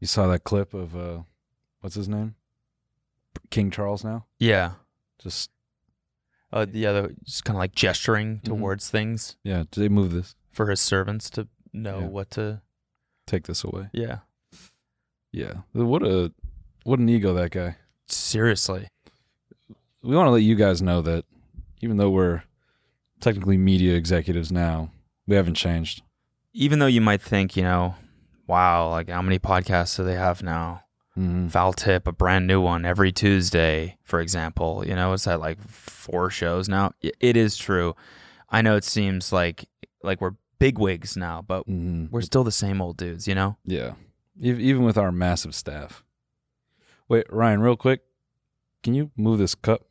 You saw that clip of uh, what's his name? King Charles now. Yeah. Just Uh, yeah, the, just kind of like gesturing Mhm. towards things yeah, they move this. for his servants to know Yeah. what to. Take this away. Yeah. Yeah. What a what an ego that guy. Seriously. we want to let you guys know that even though we're technically media executives now, we haven't changed. Even though you might think, you know, wow, like how many podcasts do they have now? Mm-hmm. Foul Tip, a brand new one every Tuesday, for example. You know, it's that like four shows now. I- It is true. I know it seems like like we're bigwigs now, but we're still the same old dudes. You know? Mm-hmm. Yeah. Ev- Even with our massive staff. Wait, Ryan, real quick, can you move this cup?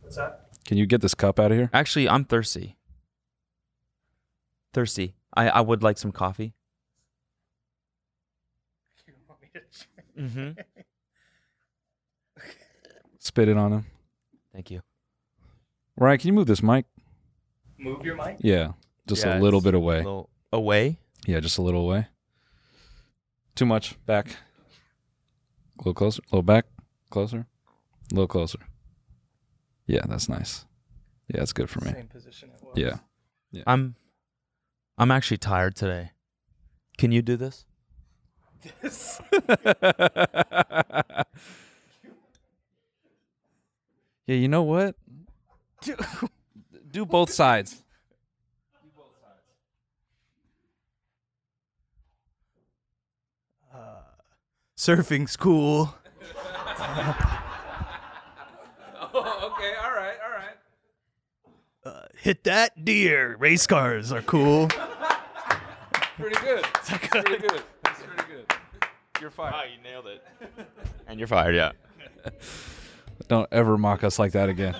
What's that? Can you get this cup out of here? Actually, I'm thirsty. Thirsty. I I would like some coffee. You want me to- Mm-hmm. Spit it on him. Thank you. Ryan, can you move this mic? Move your mic. Yeah, just Yeah, a little it's bit away. A little away. Yeah, just a little away. Too much. Back. A little closer. A little back. Closer. A little closer. Yeah, that's nice. Yeah, that's good for me. Same position it was. Yeah. I'm I'm actually tired today. Can you do this? This. yeah, you know what? Do both sides. Uh, Surfing school. Oh, Okay, all right, all right. Hit that deer. Race cars are cool. Pretty good. That's pretty good. That's pretty good. You're fired. you nailed it. and you're fired. Yeah. Don't ever mock us like that again.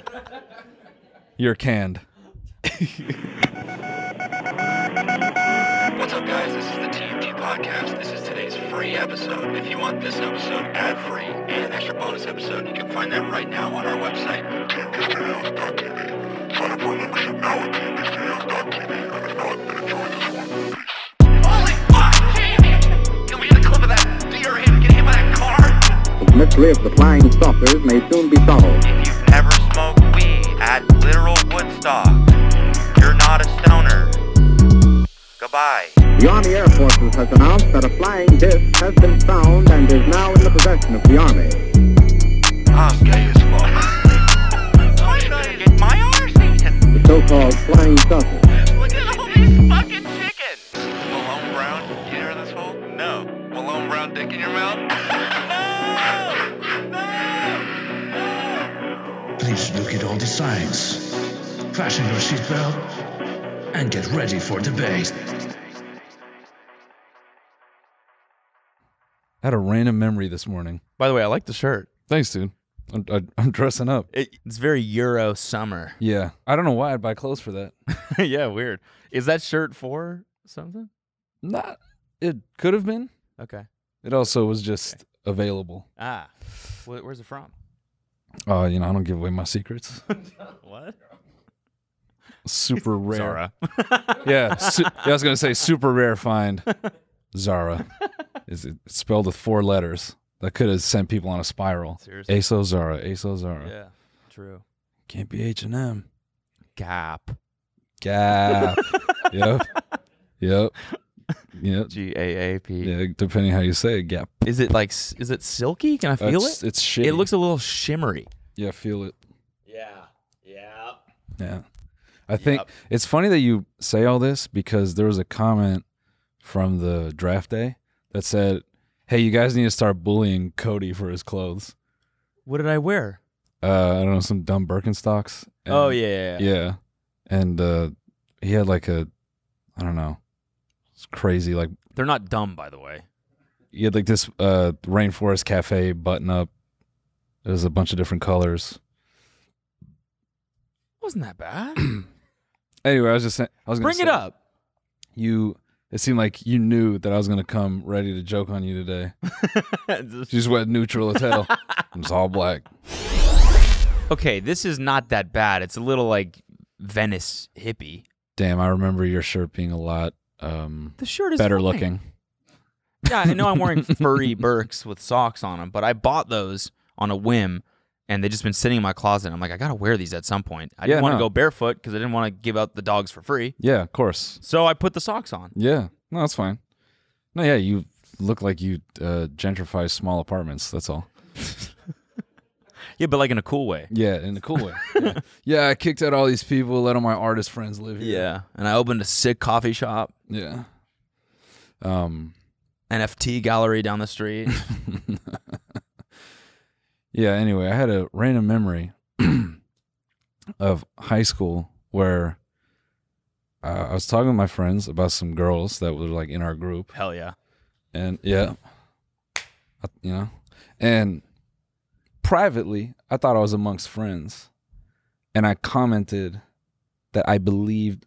You're canned. What's up, guys? This is the TMG Podcast. This is today's free episode. If you want this episode ad free and an extra bonus episode, you can find that right now on our website. TMGSales.tv. Sign up for a membership now at TMGSales.tv. And if not, then enjoy this one. Holy fuck, Jamie! Can we get a clip of that deer hit get hit by that car? The mystery of the flying saucers may soon be solved. If you've never smoked weed at literal Woodstock, you're not a stoner. Goodbye. The Army Air Forces has announced that a flying disc has been found and is now in the possession of the Army. I'm gay as fuck. I'm trying to get my arse eaten. The so-called flying saucer. Look at all these fucking chickens. Malone Brown, you hear this hole? No. Malone Brown dick in your mouth? no! No! Please look at all the signs. Fasten your seatbelt and get ready for debate. I had a random memory this morning. By the way, I like the shirt. Thanks, dude. I'm, I, I'm dressing up. It, it's very Euro summer. Yeah. I don't know why I'd buy clothes for that. yeah, weird. Is that shirt for something? Not. It could have been. Okay. It also was just available. Ah, wh- where's it from? Oh, you know, I don't give away my secrets. What? Super rare. Yeah. Su- yeah, I was gonna say super rare find. Zara. Is it it's spelled with four letters? That could have sent people on a spiral. Seriously. ASO Zara. ASO Zara. Yeah. True. Can't be H and M. Gap. Gap. yep. Yep. Yep. G A A P. Yeah, depending how you say it, gap. Is it like? s- Is it silky? Can I feel it's, it? It's shitty. It looks a little shimmery. Yeah, feel it. Yeah. Yeah. Yeah. I think it's funny that you say all this because there was a comment from the draft day that said, Hey, you guys need to start bullying Cody for his clothes. What did I wear? Uh, I don't know, some dumb Birkenstocks. And- oh yeah. Yeah. And uh, he had like a, I don't know, it's crazy. Like, They're not dumb, by the way. he had like this uh, Rainforest Cafe button up. It was a bunch of different colors. Wasn't that bad? Anyway, I was just saying, I was gonna Bring it say- up. you it seemed like you knew that I was gonna come ready to joke on you today. She just went neutral as hell. It's all black. okay, this is not that bad. It's a little like Venice hippie. Damn, I remember your shirt being a lot um The shirt is better fine. looking. Yeah, I know I'm wearing furry Birks with socks on them, but I bought those on a whim, and they've just been sitting in my closet. I'm like, I gotta wear these at some point. I Yeah, didn't want to no. go barefoot because I didn't want to give out the dogs for free. Yeah, of course. So I put the socks on. Yeah, no, that's fine. No, yeah, you look like you uh, gentrify small apartments. That's all. Yeah, but like in a cool way. Yeah, in a cool way. Yeah. yeah, I kicked out all these people, let all my artist friends live here. Yeah, and I opened a sick coffee shop, Yeah. Um. NFT gallery down the street. Yeah. Anyway, I had a random memory of high school where uh, I was talking with my friends about some girls that were like in our group, Hell yeah. and yeah, I- you know, and privately, I thought I was amongst friends, and I commented that I believed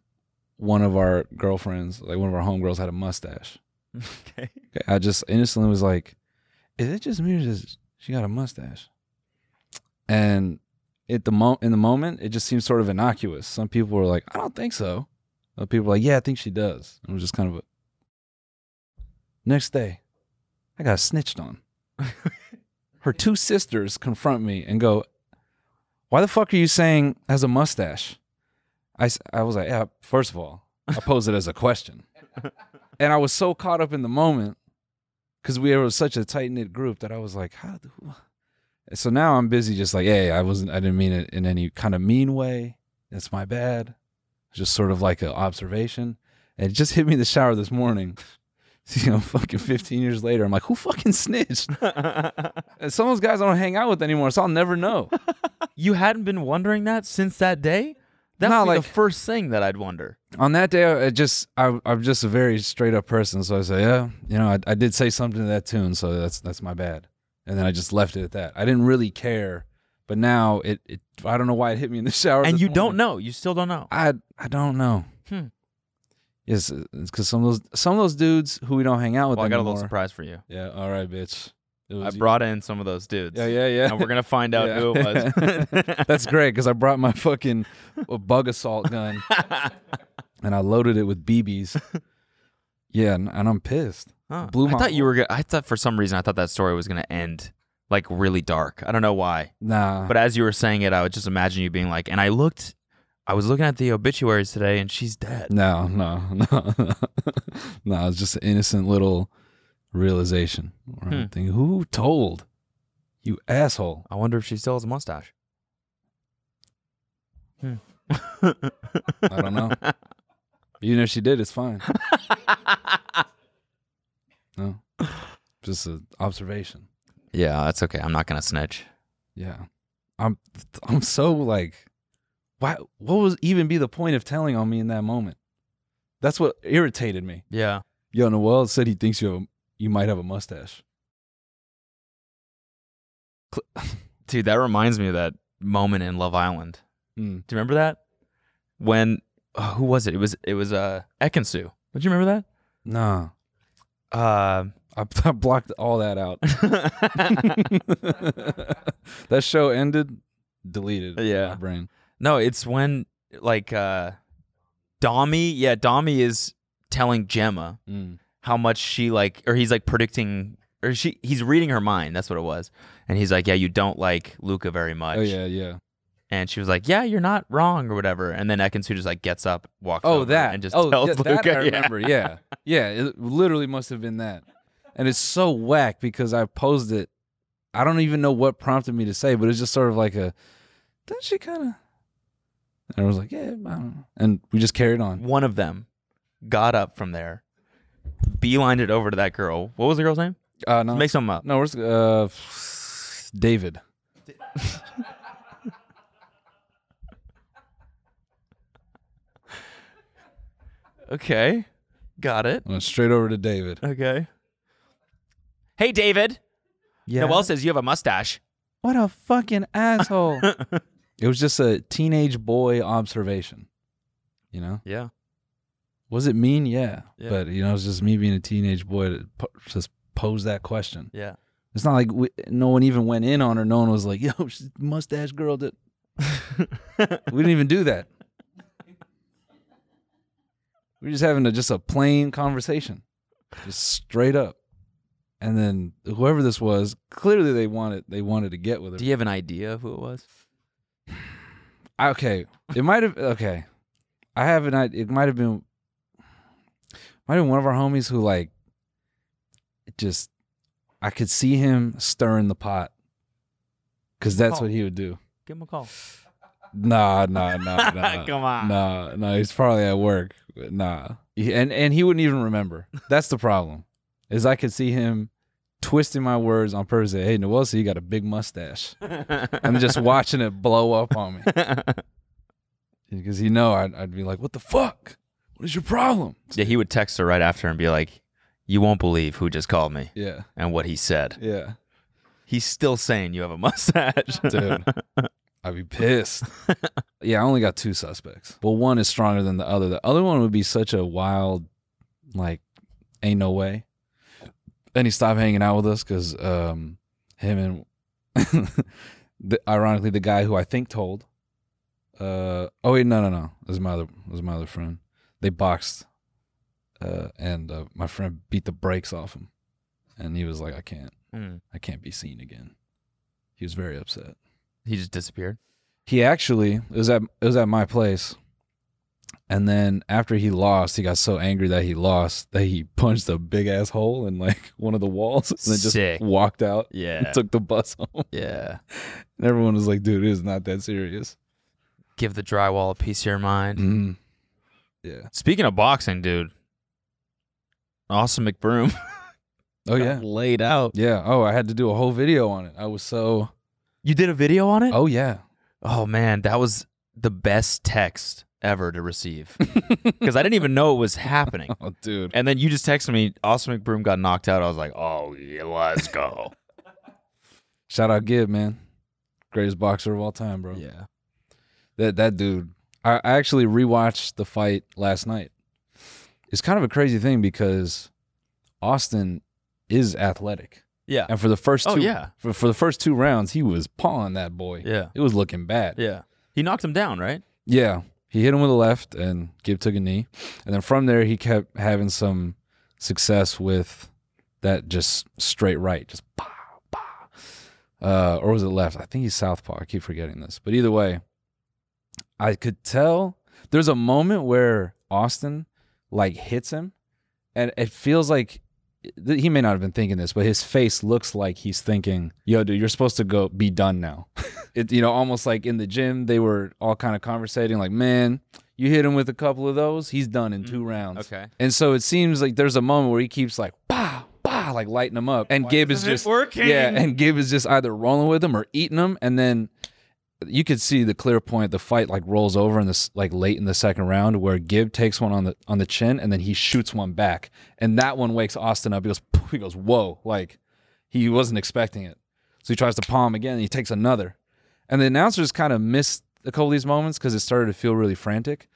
one of our girlfriends, like one of our homegirls, had a mustache. okay. Okay, I just innocently was like, "Is it just me or does she got a mustache?" And at the mo- in the moment, it just seems sort of innocuous. Some people were like, "I don't think so." Other people were like, "Yeah, I think she does." And it was just kind of a. Next day, I got snitched on. Her two sisters confront me and go, "Why the fuck are you saying has a mustache?" I s- I was like, "Yeah, first of all, I posed it as a question." and I was so caught up in the moment because we were such a tight knit group that I was like, how do? So now I'm busy, just like, hey, I wasn't, I didn't mean it in any kind of mean way. It's my bad. It's just sort of like an observation, and it just hit me in the shower this morning. You know, fucking 15 years later, I'm like, who fucking snitched? And some of those guys I don't hang out with anymore, so I'll never know. you hadn't been wondering that since that day? That No, would be like- the first thing that I'd wonder. on that day, I I just I, I'm just a very straight up person, so I say, yeah, you know, I, I did say something to that tune, so that's that's my bad, and then I just left it at that. I didn't really care, but now it, it I don't know why it hit me in the shower, And this you morning. don't know. You still don't know. I I don't know. Hmm. Yes, uh, it's because some of those some of those dudes who we don't hang out with. Well, I got a anymore, little surprise for you. Yeah, all right, bitch. It I was you. brought in some of those dudes. Yeah, yeah, yeah. And we're gonna find out Yeah. who it was. That's great because I brought my fucking uh, bug assault gun and I loaded it with BBs. Yeah, and, and I'm pissed. Huh. Blew my I thought you were. Gonna, I thought for some reason I thought that story was gonna end like really dark. I don't know why. Nah. But as you were saying it, I would just imagine you being like, and I looked. I was looking at the obituaries today, and she's dead. No, no, no, no. no it's just an innocent little realization. Where I'm Hmm. thinking, who told? You asshole. I wonder if she still has a mustache. Hmm. I don't know. Even if she did, it's fine. no. Just an observation. yeah, that's okay. I'm not gonna snitch. Yeah. I'm I'm so like why what was even be the point of telling on me in that moment? That's what irritated me. Yeah. Yo, Noel said he thinks you have, you might have a mustache. Dude, that reminds me of that moment in Love Island. Mm. Do you remember that? When oh, who was it? It was it was uh Ekansu. Did you remember Nah. that? Uh, I, I blocked all that out. that show ended, deleted. in Yeah. My brain. no, it's when like uh Dommy, yeah, Dommy is telling Gemma Mm. how much she like or he's like predicting or she he's reading her mind, that's what it was. And he's like, Yeah, you don't like Luca very much. Oh yeah, yeah. And she was like, "Yeah, you're not wrong or whatever." And then Ekansu just like gets up, walks. Oh, over that. and just oh, tells yeah, Luca, that I yeah. remember. Yeah. yeah. It literally must have been that. And it's so whack because I posed it. I don't even know what prompted me to say, but it's just sort of like a, doesn't she kind of? And I was like, yeah, I don't know. And we just carried on. One of them got up from there, beelined it over to that girl. What was the girl's name? Uh, no, Make something up. no, we're just- uh, David. Okay, got it. I went straight over to David. Okay. Hey, David. Yeah. Noel says you have a mustache. What a fucking asshole. it was just a teenage boy observation. You know? Yeah. Was it mean? Yeah. Yeah. But, you know, it's just me being a teenage boy to po- just pose that question. Yeah. It's not like we, no one even went in on her. No one was like, yo, she's mustache girl. Did. we didn't even do that. We We're just having a, just a plain conversation, just straight up. and then whoever this was, clearly they wanted they wanted to get with her. Do you have an idea of who it was? okay, it might have okay. I have an idea. It might have been might have been one of our homies who like just I could see him stirring the pot because that's what he would do. Give him a call. Nah, nah, nah, nah. Come on. Nah, nah. He's probably at work. Nah, He- and and he wouldn't even remember. That's the problem. Is I could see him twisting my words on purpose. Say, hey, Noel, so you got a big mustache, and then just watching it blow up on me because he know I'd, I'd be like, what the fuck? What is your problem? yeah, he would text her right after and be like, "You won't believe who just called me Yeah, and what he said." yeah, He's still saying you have a mustache. dude. I'd be pissed. yeah, I only got two suspects. Well, one is stronger than the other. The other one would be such a wild, like, ain't no way. And he stopped hanging out with us because um, him and the, ironically the guy who I think told. Uh, oh wait, no, no, no. It was my other, it was my other friend. They boxed, uh, and uh, my friend beat the brakes off him, and he was like, "I can't, Mm. I can't be seen again." He was very upset He just disappeared. he actually it was at it was at my place and then after he lost he got so angry that he lost that he punched a big ass hole in like one of the walls and then just Sick. walked out and Yeah. took the bus home yeah. and everyone was like dude it is not that serious Give the drywall a piece of your mind. mm. yeah Speaking of boxing, dude, Austin McBroom. oh yeah Laid out. yeah oh i had to do a whole video on it i was so You did a video on it? oh yeah Oh man, that was the best text ever to receive because I didn't even know it was happening. oh dude And then you just texted me, Austin McBroom got knocked out. I was like, oh, yeah, let's go. shout out gibb man greatest boxer of all time bro yeah. That that dude. I, I actually rewatched the fight last night. It's kind of a crazy thing because Austin is athletic, Yeah. and for the first two, Oh, yeah. for, for the first two rounds, he was pawing that boy. Yeah. It was looking bad. Yeah. He knocked him down, right? Yeah, he hit him with a left, and Gibb took a knee, and then from there he kept having some success with that just straight right, just bah bah, uh, or was it left? I think he's southpaw. I keep forgetting this, but either way, I could tell there's a moment where Austin like hits him, and it feels like th- he may not have been thinking this, but his face looks like he's thinking, "Yo, dude, you're supposed to go be done now." it, you know, almost like in the gym, they were all kind of conversating, like, "Man, you hit him with a couple of those, he's done in two rounds." Okay. And so it seems like there's a moment where he keeps like, "Bah, bah," like lighting him up, and Gibb is just working? yeah, and Gibb is just either rolling with him or eating him, and then you could see the clear point. The fight like rolls over in this like late in the second round where Gibb takes one on the on the chin, and then he shoots one back, and that one wakes Austin up. He goes, "Poof," he goes, whoa, like he wasn't expecting it. So he tries to palm again, and he takes another, and the announcers kind of missed a couple of these moments because it started to feel really frantic.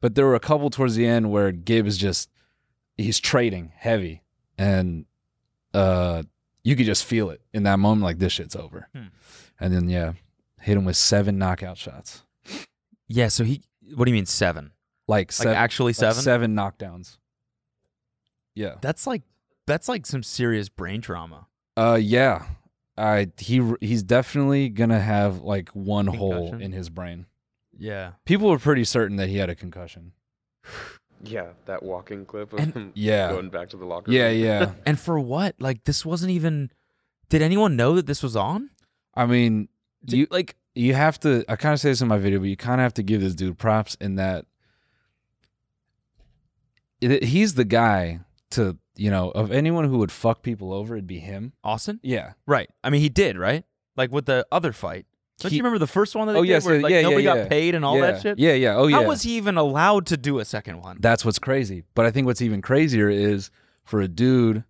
But there were a couple towards the end where Gibb is just he's trading heavy, and uh you could just feel it in that moment, like this shit's over. Hmm. And then yeah, hit him with seven knockout shots, Yeah. So he, what do you mean seven? like Like seven, actually like seven? seven knockdowns. Yeah, That's like, that's like some serious brain trauma. uh, yeah. I he he's definitely gonna have like one hole Concussion? in his brain. Yeah. People were pretty certain that he had a concussion. Yeah, that walking clip of And- him Yeah. going back to the locker Yeah, room. yeah. And for what? Like, this wasn't even, did anyone know that this was on? I mean, Did- you like, you have to i kind of say this in my video but you kind of have to give this dude props in that it- he's the guy to you know of anyone who would fuck people over it'd be him Austin? yeah Right. I mean, he did, right? Like with the other fight. Don't He- you remember the first one that they Oh, did yes, where yeah, like, yeah, nobody yeah. got paid and all yeah. that shit? yeah yeah oh yeah How was he even allowed to do a second one? that's what's crazy but i think what's even crazier is for a dude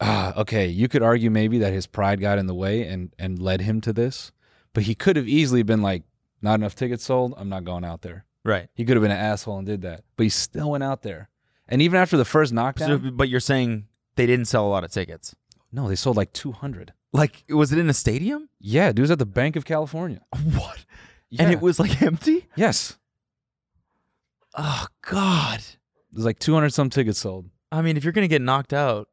ah, okay you could argue maybe that his pride got in the way and and led him to this but he could have easily been like not enough tickets sold i'm not going out there right. he could have been an asshole and did that but he still went out there and even after the first knockdown So- but you're saying they didn't sell a lot of tickets. No, they sold like 200. Like, was it in a stadium? Yeah, dude was at the Bank of California. What? Yeah. And it was like empty? yes, Oh, God. there's like 200 some tickets sold. I mean, if you're going to get knocked out,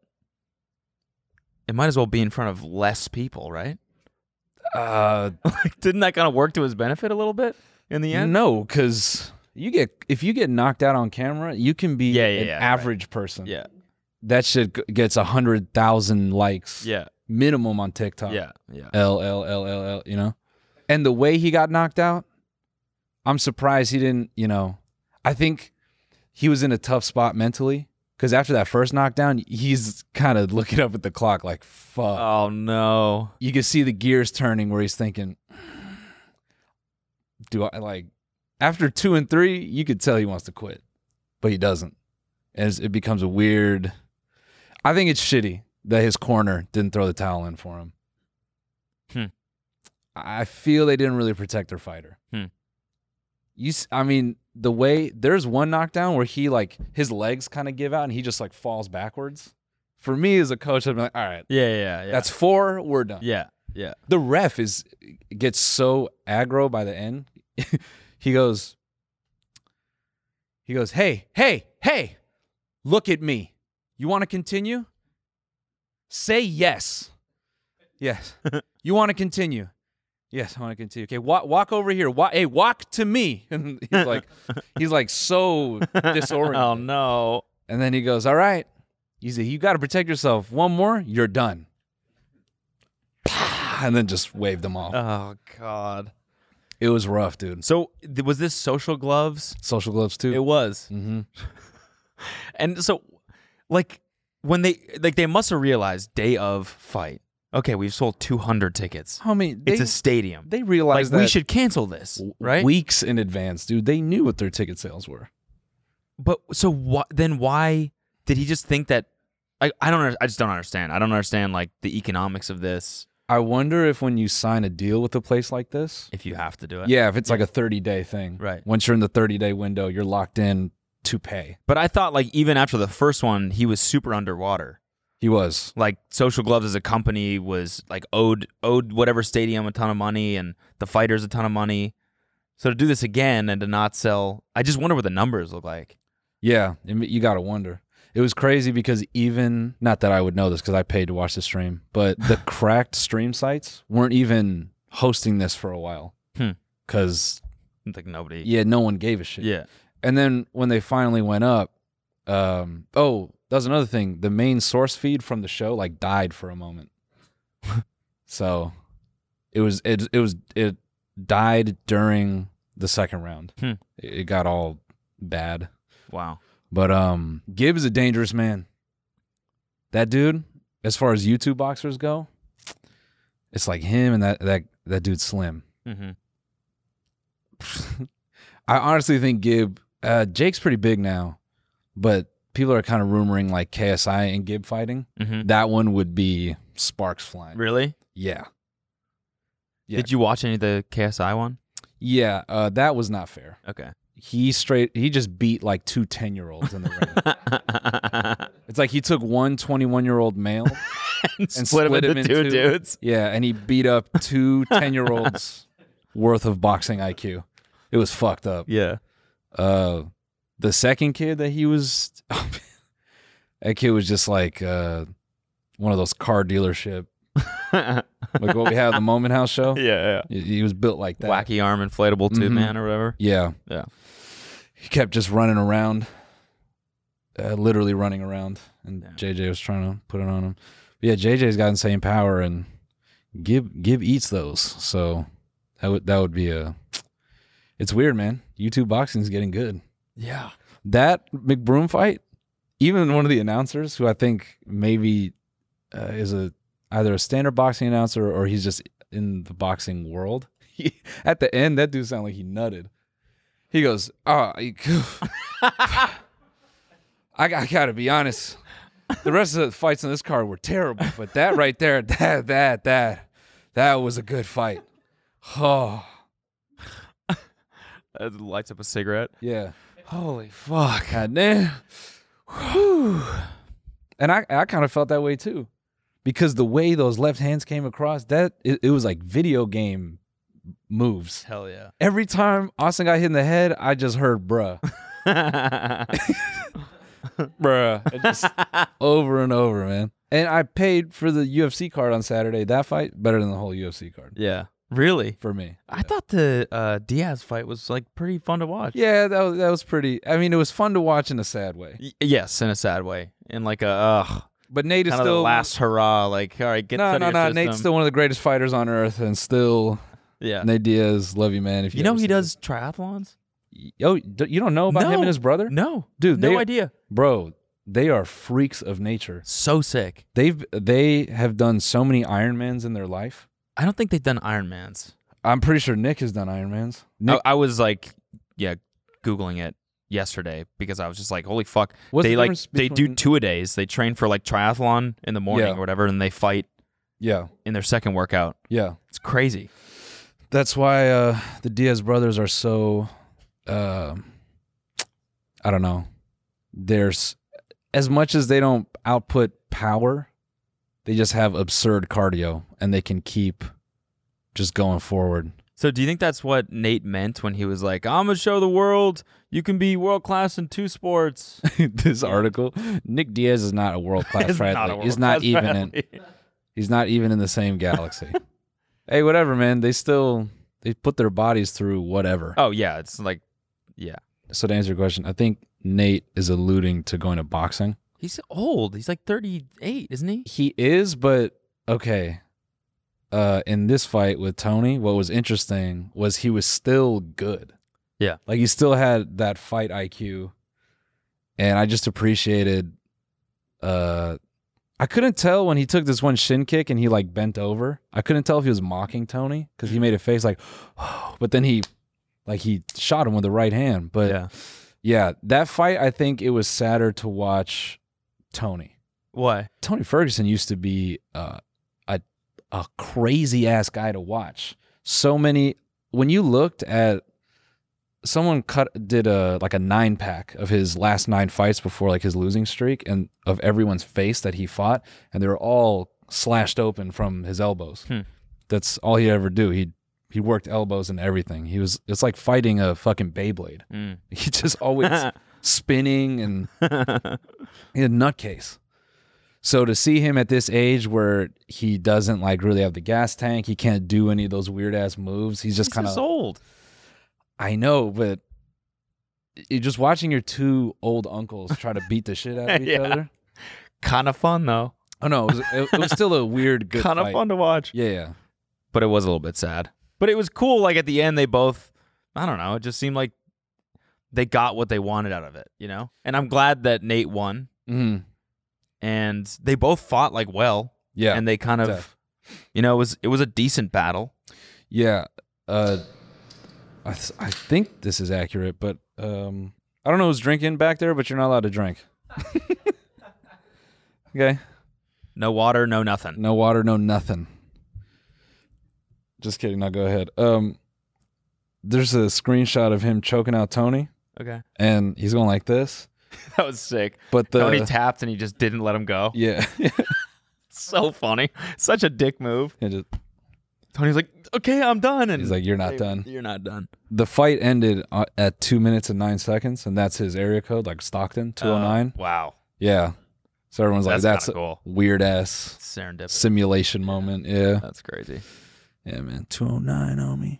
it might as well be in front of less people, right? Uh, Like, didn't that kind of work to his benefit a little bit in the end? no, because you get if you get knocked out on camera, you can be Yeah, yeah, an yeah, right. average person. Yeah. that shit g- gets a hundred thousand likes. Yeah. minimum on TikTok. Yeah. Yeah. L L L L L. You know, and the way he got knocked out, I'm surprised he didn't. You know, I think he was in a tough spot mentally because after that first knockdown, he's kind of looking up at the clock like, "Fuck." Oh no. you can see the gears turning where he's thinking, do I like after two and three, you could tell he wants to quit, but he doesn't. And it's, it becomes a weird. I think it's shitty that his corner didn't throw the towel in for him. Hmm. I feel they didn't really protect their fighter. Hmm. You, s- I mean, the way there's one knockdown where he like his legs kind of give out and he just like falls backwards. For me as a coach, I'd be like, all right, Yeah. Yeah. Yeah. that's four. We're done yeah. Yeah. the ref is gets so aggro by the end. he goes, he goes, hey, hey, hey, look at me. You want to continue? Say yes. Yes. you want to continue? Yes, I want to continue. Okay, walk, walk over here. Walk, hey, walk to me. And he's like, he's like so disoriented. Oh no. And then he goes, All right. He said, You got to protect yourself. One more, you're done. And then just waved them off. Oh god. It was rough, dude. So th- was this social gloves? Social gloves, too. It was. Mhm. And so like when they like they must have realized day of fight. Okay, we've sold 200 tickets. Homie, they, it's a stadium. they like realized that we should cancel this, w- right? weeks in advance, dude. They knew what their ticket sales were. But so what? Then why did he just think that? I I don't. under- I just don't understand. I don't understand like the economics of this. I wonder if when you sign a deal with a place like this, If you have to do it, yeah, if it's like a 30 day thing. Right. Once you're in the 30 day window, you're locked in to pay. But I thought like even after the first one, he was super underwater. He was. Like Social Gloves as a company was like owed owed whatever stadium a ton of money and the fighters a ton of money. So to do this again and to not sell, I just wonder what the numbers look like. Yeah, I mean, you gotta wonder. It was crazy because even not that I would know this because I paid to watch the stream, but the cracked stream sites weren't even hosting this for a while Hmm. because Like nobody. yeah, no one gave a shit. Yeah. And then when they finally went up, um, oh, that's another thing. The main source feed from the show like died for a moment, so it was it it was it died during the second round. Hmm. It it got all bad. Wow. But um, Gibb is a dangerous man. That dude, as far as YouTube boxers go, it's like him and that that that dude Slim. Mm-hmm. I honestly think Gibb, uh, Jake's pretty big now, but people are kind of rumoring like KSI and Gibb fighting. Mm-hmm. That one would be sparks flying. Really? Yeah, Yeah. Did you watch any of the KSI one? yeah. Uh, that was not fair. Okay. He straight he just beat like two 10 year olds in the ring. It's like he took one 21 year old male and and split, him into two dudes. Yeah, and he beat up two 10 year olds worth of boxing IQ. It was fucked up. Yeah. Uh, the second kid that he was, that kid was just like uh, one of those car dealership, yeah, like what we had at the Moment House show. yeah. He, he was built like that. Wacky arm inflatable 2 Mhm. man or whatever. Yeah. Yeah. He kept just running around, uh, literally running around, and Yeah. JJ was trying to put it on him. But yeah, JJ's got insane power, and Gib Gib eats those. So that would that would be a. It's weird, man. YouTube boxing's getting good. Yeah. That McBroom fight, even one of the announcers who I think maybe uh, is a either a standard boxing announcer or he's just in the boxing world. He, at the end, that dude sounded like he nutted. He goes, "Oh, I, I got- I gotta be honest. The rest of the fights in this card were terrible, but that right there, that that that that was a good fight. Oh, lights up a cigarette. yeah." Holy fuck. God damn. And I, I kind of felt that way too. Because the way those left hands came across, that it, it was like video game moves. Hell yeah. Every time Austin got hit in the head, I just heard bruh, yeah. bruh, It just over and over, man. And I paid for the UFC card on Saturday. That fight better than the whole UFC card Yeah. Really? for me. I thought the uh, Diaz fight was like pretty fun to watch. Yeah, that was, that was pretty. I mean, it was fun to watch in a sad way. Y- yes, in a sad way, in like a ugh, But Nate is kind of still the last hurrah. Like, all right, get no, this out no, of your no. system. Nate's still one of the greatest fighters on earth, and still yeah. Nate Diaz, love you, man. If you, you know ever he see does triathlons. this- Yo, d- you don't know about him No. and his brother, No, Dude, no they- idea. bro. They are freaks of nature. So sick. They've they have done so many Ironmans in their life. I don't think they've done Ironmans. I'm pretty sure Nick has done Ironmans. No, Nick, I was like, yeah, googling it yesterday because I was just like, holy fuck. What's they the like difference they do between- two a days. They train for like triathlon in the morning Yeah. or whatever, and they fight yeah, in their second workout. yeah. It's crazy. That's why uh, the Diaz brothers are so. um I don't know. There's as much as they don't output power, they just have absurd cardio, and they can keep just going forward. So do you think that's what Nate meant when he was like, "I'm gonna show the world you can be world class in two sports"? this article, Nick Diaz is not a world class It's not triathlete. a he's not world-class even in. athlete. He's not even in the same galaxy. hey, whatever, man. They still they put their bodies through whatever. Oh yeah, it's like, yeah, So to answer your question, I think Nate is alluding to going to boxing. he's old. He's like 38, isn't he? He is, but okay. Uh, in this fight with Tony, what was interesting was he was still good. Yeah. like he still had that fight IQ, and I just appreciated. Uh, I couldn't tell when he took this one shin kick and he like bent over. I couldn't tell if he was mocking Tony because he made a face like, but then he, like he shot him with the right hand. But yeah. yeah, that fight, I think it was sadder to watch Tony. Why? Tony Ferguson used to be uh, a a crazy ass guy to watch. So many when you looked at someone cut did a like a nine pack of his last nine fights before like his losing streak and of everyone's face that he fought and they were all slashed open from his elbows. Hmm. That's all he ever do. He he worked elbows and everything. He was it's like fighting a fucking Beyblade. Mm. He just always spinning and he's a nutcase. So to see him at this age where he doesn't like really have the gas tank, he can't do any of those weird ass moves. He's just He's kind just of old. I know, but it, just watching your two old uncles try to beat the shit out of each Yeah. other. Kind of fun though. Oh no, it was, it, it was still a weird good Kind of fight. fun to watch. Yeah, yeah. But it was a little bit sad. But it was cool. Like at the end, they both. I don't know. It just seemed like they got what they wanted out of it. You know. And I'm glad that Nate won. Mhm. And they both fought like well. Yeah. And they kind of. Def. You know, it was it was a decent battle. Yeah. Uh, I, th- I think this is accurate, but um, I don't know who's drinking back there, but you're not allowed to drink. okay. No water, no nothing. No water, no nothing. Just kidding. Now go ahead. Um, there's a screenshot of him choking out Tony, Okay. and he's going like this. That was sick. But the Tony tapped and he just didn't let him go. yeah, So funny. Such a dick move. And just- Tony's like, okay, I'm done. And he's like, "You're not "Hey, done." You're not done. The fight ended uh, at two minutes and nine seconds, and that's his area code, like Stockton, two hundred nine. Uh, wow. yeah. So everyone's That's, like, "That's kinda cool. a weird ass Serendipity. simulation moment." Yeah, That's crazy. yeah, man, two hundred nine, homie.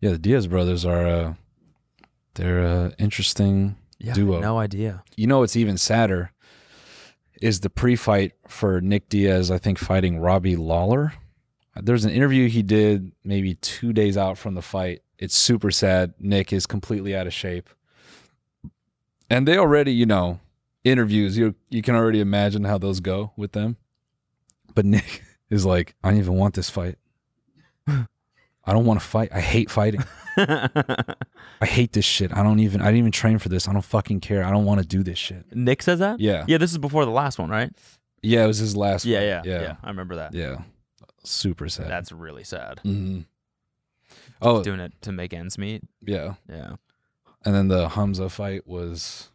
Yeah, the Diaz brothers are uh, they're uh, interesting Yeah. Duo. No idea. you know what's even sadder is the pre-fight for Nick Diaz, I think fighting Robbie Lawler. There's an interview he did maybe two days out from the fight. It's super sad. Nick is completely out of shape. And they already, you know, interviews, you you can already imagine how those go with them. But Nick is like, I don't even want this fight. I don't want to fight. I hate fighting. I hate this shit. I don't even I didn't even train for this. I don't fucking care. I don't want to do this shit. Nick says that? Yeah. Yeah, this is before the last one, right? Yeah, it was his last. Yeah, fight. yeah. Yeah. yeah, I remember that. yeah. Super sad. That's really sad. Mhm. Oh Doing it to make ends meet. yeah, Yeah. and then the Hamza fight was,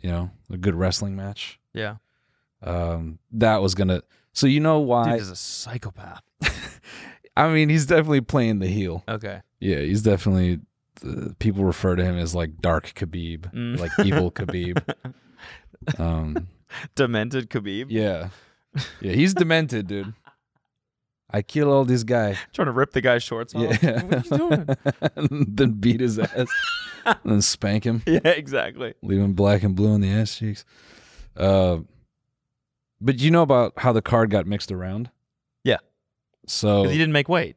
you know, a good wrestling match. Yeah. Um, that was gonna. So you know Dude why? is a psychopath. I mean, he's definitely playing the heel. Okay. Yeah, he's definitely. Uh, people refer to him as like Dark Khabib, Mm. like evil Khabib. Um, Demented Khabib. yeah, Yeah, he's demented, dude. I kill all this guy. Trying to rip the guy's shorts off. Yeah. What are you doing? then beat his ass. then spank him. yeah, exactly. Leave him black and blue in the ass cheeks. Uh, but you know about how the card got mixed around? Yeah. 'Cause So he didn't make weight,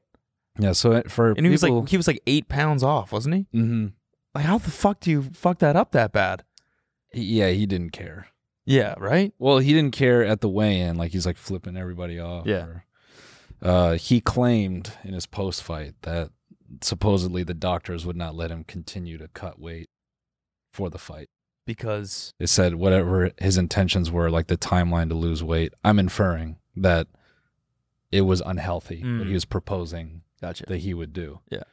yeah, so it- Oh. for and he was people, like he was like eight pounds off, wasn't he? hmm Like, how the fuck do you fuck that up that bad? yeah, he didn't care. Yeah, right. Well, he didn't care at the weigh-in. Like he's like flipping everybody off. Yeah. or- uh, he claimed in his post-fight that supposedly the doctors would not let him continue to cut weight for the fight. Because It said whatever his intentions were, like the timeline to lose weight. I'm inferring that it was unhealthy. What Mm. he was proposing gotcha. that he would do. Yeah.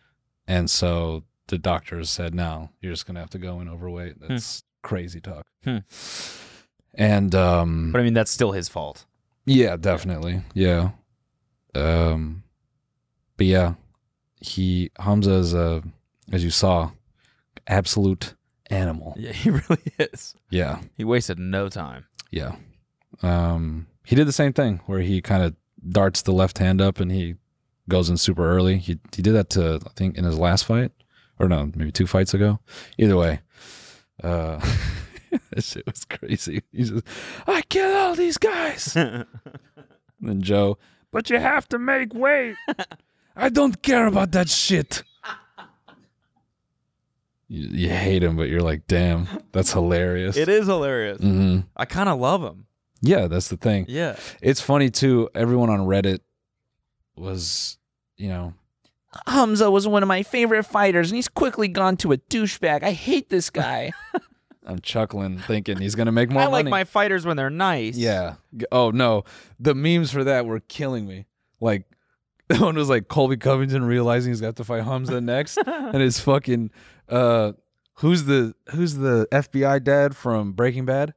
And so the doctors said, no, you're just going to have to go in overweight. That's crazy talk. Hmm. And, um, but I mean, that's still his fault. yeah, definitely. Yeah. Um, but yeah, he, Hamza is, a, as you saw, absolute animal. Yeah, he really is. Yeah. He wasted no time. Yeah. Um, he did the same thing where he kind of darts the left hand up and he goes in super early. He he did that to I think in his last fight or no, maybe two fights ago. Either way, uh, that shit was crazy. He says, "I kill all these guys." and then Joe, but you have to make weight. I don't care about that shit. You, you hate him, but you're like, damn, that's hilarious. It is hilarious. hmm I kind of love him. Yeah, that's the thing. Mm. Yeah. It's funny too. Everyone on Reddit was, you know, Hamza was one of my favorite fighters, and he's quickly gone to a douchebag. I hate this guy. I'm chuckling, thinking he's gonna make more I like money. my fighters when they're nice. yeah. G- Oh no, the memes for that were killing me. Like, one was like Colby Covington realizing he's got to fight Hamza next, and it's fucking, uh, who's the who's the FBI dad from Breaking Bad?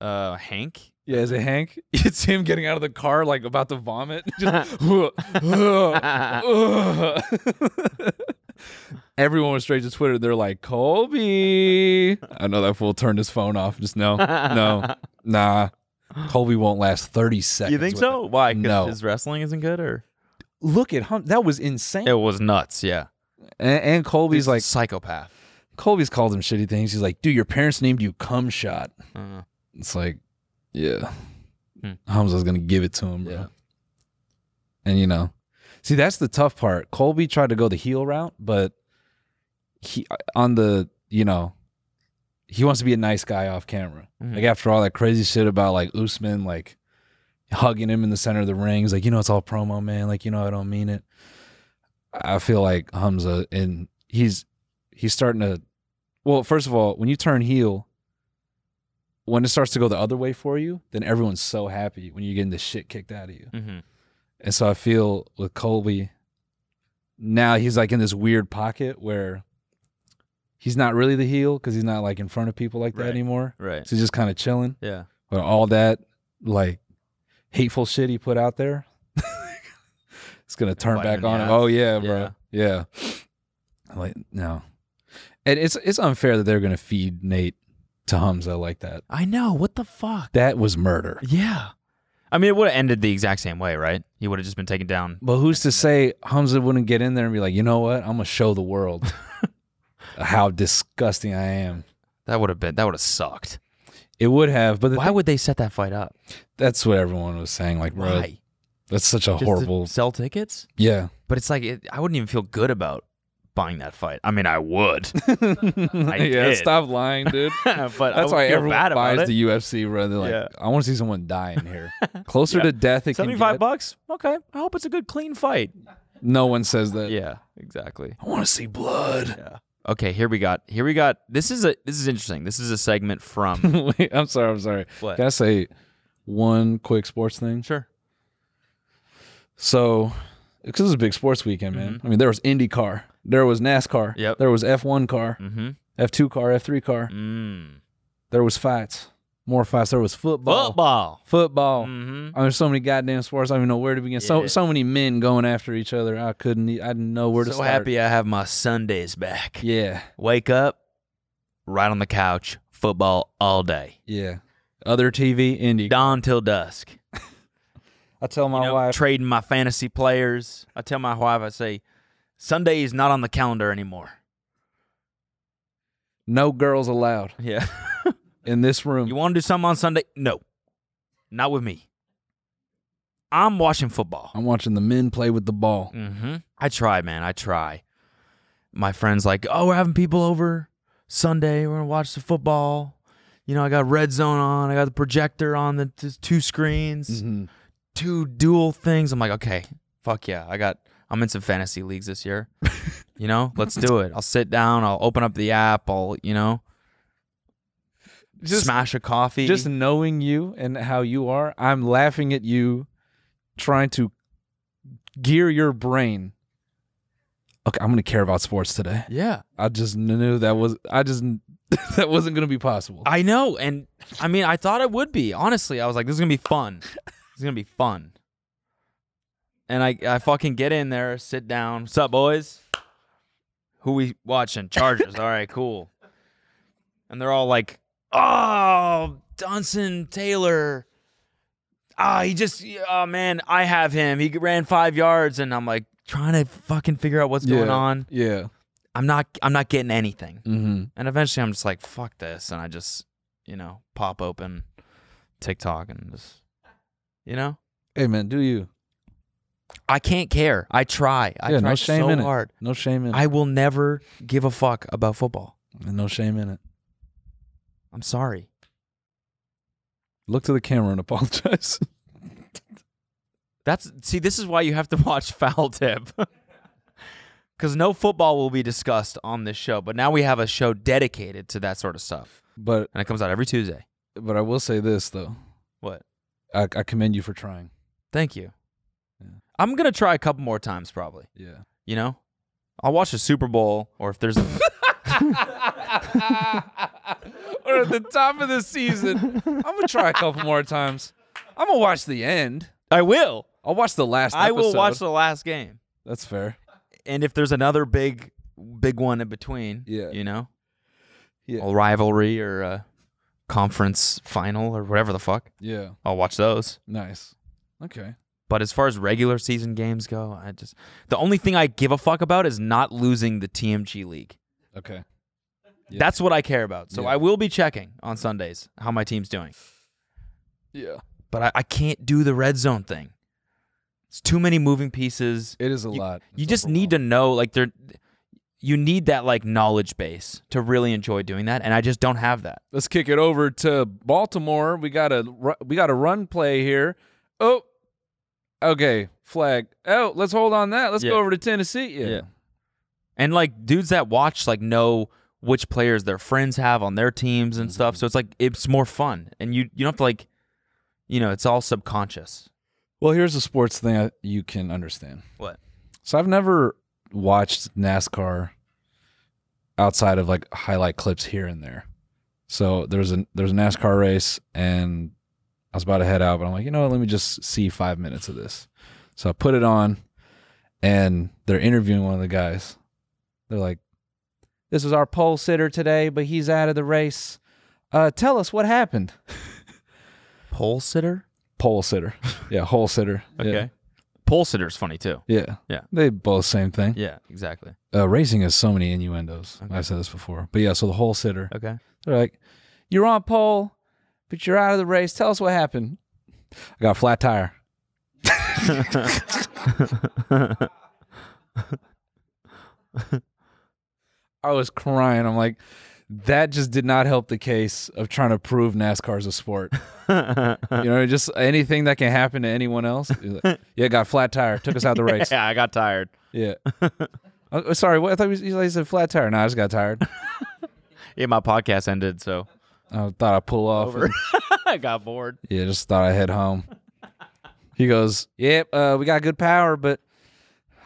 Uh, Hank. Yeah, is it Hank? It's him getting out of the car, like about to vomit. Just, "Ugh, ugh, ugh." Everyone was straight to Twitter. They're like, Colby. I know that fool turned his phone off. Just no, no, nah. Colby won't last 30 seconds. You think with so? it. Why? 'Cause No. His wrestling isn't good, or Look at him. That was insane. it was nuts. Yeah. and, and Colby's a like, psychopath. Colby's called him shitty things. He's like, dude, your parents named you cum shot. Uh, It's like, yeah, Hmm. Hamza's gonna give it to him, bro. Yeah. And you know, see, that's the tough part. Colby tried to go the heel route, but he uh, on the you know, he wants to be a nice guy off camera. Mhm. Like after all that crazy shit about like Usman, like hugging him in the center of the ring, he's like, you know, it's all promo, man. Like you know, I don't mean it. I feel like Hamza, and he's he's starting to. Well, first of all, when you turn heel, when it starts to go the other way for you, then everyone's so happy when you're getting the shit kicked out of you. mhm. And so I feel with Colby, now he's like in this weird pocket where he's not really the heel because he's not like in front of people like that Right. anymore. Right. So he's just kind of chilling. Yeah. But all that like hateful shit he put out there, it's gonna turn bite him back in the on him. ass. Oh yeah, bro. Yeah. I'm like no, and it's it's unfair that they're gonna feed Nate to Hamza like that. I know. What the fuck? That was murder. Yeah. I mean, it would have ended the exact same way, right? He would have just been taken down. But who's to say Hamza wouldn't get in there and be like, you know what? I'm gonna show the world how disgusting I am. That would have been. That would have sucked. It would have, but the Why thing- would they set that fight up? that's what everyone was saying. Like, bro, Why? that's such a Just to horrible. sell tickets. Yeah, But it's like it, I wouldn't even feel good about buying that fight. I mean, I would. I yeah. did. Stop lying, dude. but That's why everyone bad about buys it. the UFC, bro. They're like, Yeah. I want to see someone die in here. Closer Yeah. to death, it can Seventy-five get. bucks. Okay. I hope it's a good, clean fight. No one says that. Yeah. Exactly. I want to see blood. Yeah. Okay. Here we got. Here we got. This is a. This is interesting. This is a segment from. Wait, I'm sorry. I'm sorry. What? Can I say one quick sports thing? sure. So, because it was a big sports weekend, man. I mean, there was IndyCar, there was NASCAR, Mm-hmm. Yep. there was F1 car, Mm-hmm. F2 car, F3 car. Mm. There was fights, more fights. There was football, Football. football. Mm-hmm. I mean, there's so many goddamn sports. I don't even know where to begin. So Yeah. so many men going after each other. I couldn't. e- I didn't know where to so start. happy I have my Sundays back. Yeah, Wake up, right on the couch, football all day, yeah. Other TV, Indy. dawn till dusk. I tell my you know, wife. trading my fantasy players. I tell my wife, I say, Sunday is not on the calendar anymore. No girls allowed Yeah. in this room. you want to do something on Sunday? No, not with me. I'm watching football. I'm watching the men play with the ball. Mm-hmm. I try, man. I try. My friend's like, oh, we're having people over Sunday. We're going to watch the football. You know, I got red zone on. I got the projector on the t- two screens, Mm-hmm. two dual things. I'm like, okay, fuck yeah. I got, I'm in some fantasy leagues this year. you know, let's do it. I'll sit down. I'll open up the app. I'll, you know, Just- smash a coffee. Just knowing you and how you are, I'm laughing at you trying to gear your brain. Okay, I'm going to care about sports today. yeah. I just knew that was I just that wasn't going to be possible. I know, and I mean, I thought it would be. Honestly, I was like, "This is gonna be fun. This is gonna be fun." And I, I fucking get in there, sit down. What's up, boys? Who we watching? Chargers. All right, cool. And they're all like, "Oh, Dunson Taylor. Ah, he just. Oh man, I have him. He ran five yards." And I'm like, trying to fucking figure out what's going Yeah. on. Yeah. I'm not. I'm not getting anything. Mhm. And eventually I'm just like, fuck this. And I just, you know, pop open TikTok and just, you know, Hey man, do you? I can't care. I try. I yeah, try no shame so in it. hard. No shame in it. I will never give a fuck about football. no shame in it. I'm sorry. Look to the camera and apologize. That's see, this is why you have to watch Foul Tip. Because no football will be discussed on this show, but now we have a show dedicated to that sort of stuff, but and it comes out every Tuesday. but I will say this though. What? I, I commend you for trying. Thank you. I'm gonna try a couple more times, probably. Yeah. You know, I'll watch the Super Bowl, or if there's or at the top of the season. I'm gonna try a couple more times. I'm gonna watch the end. I will. I'll watch the last. I will episode. watch the last game. That's fair. And if there's another big big one in between, Yeah. you know? Yeah. A rivalry or a conference final or whatever the fuck. Yeah. I'll watch those. Nice. Okay. But as far as regular season games go, I just the only thing I give a fuck about is not losing the TMG league. Okay. That's what I care about. So Yeah. I will be checking on Sundays how my team's doing. Yeah. But I, I can't do the red zone thing. It's too many moving pieces. It is a lot. you just need to know like there you need that like knowledge base to really enjoy doing that and i just don't have that Let's kick it over to Baltimore. We got a ru- we got a run play here. Oh. Okay. Flag. Oh, let's hold on that. Let's Yeah. go over to Tennessee. Yeah. Yeah. and like dudes that watch like know which players their friends have on their teams and Mm-hmm. stuff so it's like it's more fun and you you don't have to like you know it's all subconscious Well, here's a sports thing I- you can understand. what So I've never watched NASCAR outside of like highlight clips here and there. So there's a there's a NASCAR race and I was about to head out, but I'm like, you know what, let me just see five minutes of this. So I put it on and they're interviewing one of the guys. They're like, This is our pole sitter today, but he's out of the race. Uh tell us what happened. pole sitter Pole sitter. Yeah, hole sitter. Yeah. pole sitter's funny too Yeah. Yeah. They both same thing. yeah exactly uh, racing has so many innuendos. Okay. I've said this before, but yeah. So the whole sitter, okay they're like, "You're on pole, but you're out of the race. Tell us what happened." I got a flat tire. I was crying. I'm like, that just did not help the case of trying to prove NASCAR's a sport. you know, just anything that can happen to anyone else. He's like, yeah, got a flat tire. Took us out of the race. yeah i got tired Yeah. Oh, sorry, what I thought you you said flat tire. No, I just got tired. yeah my podcast ended so I thought I'd pull off. and- i got bored Yeah, just thought I'd head home. he goes, Yep, uh, we got good power, but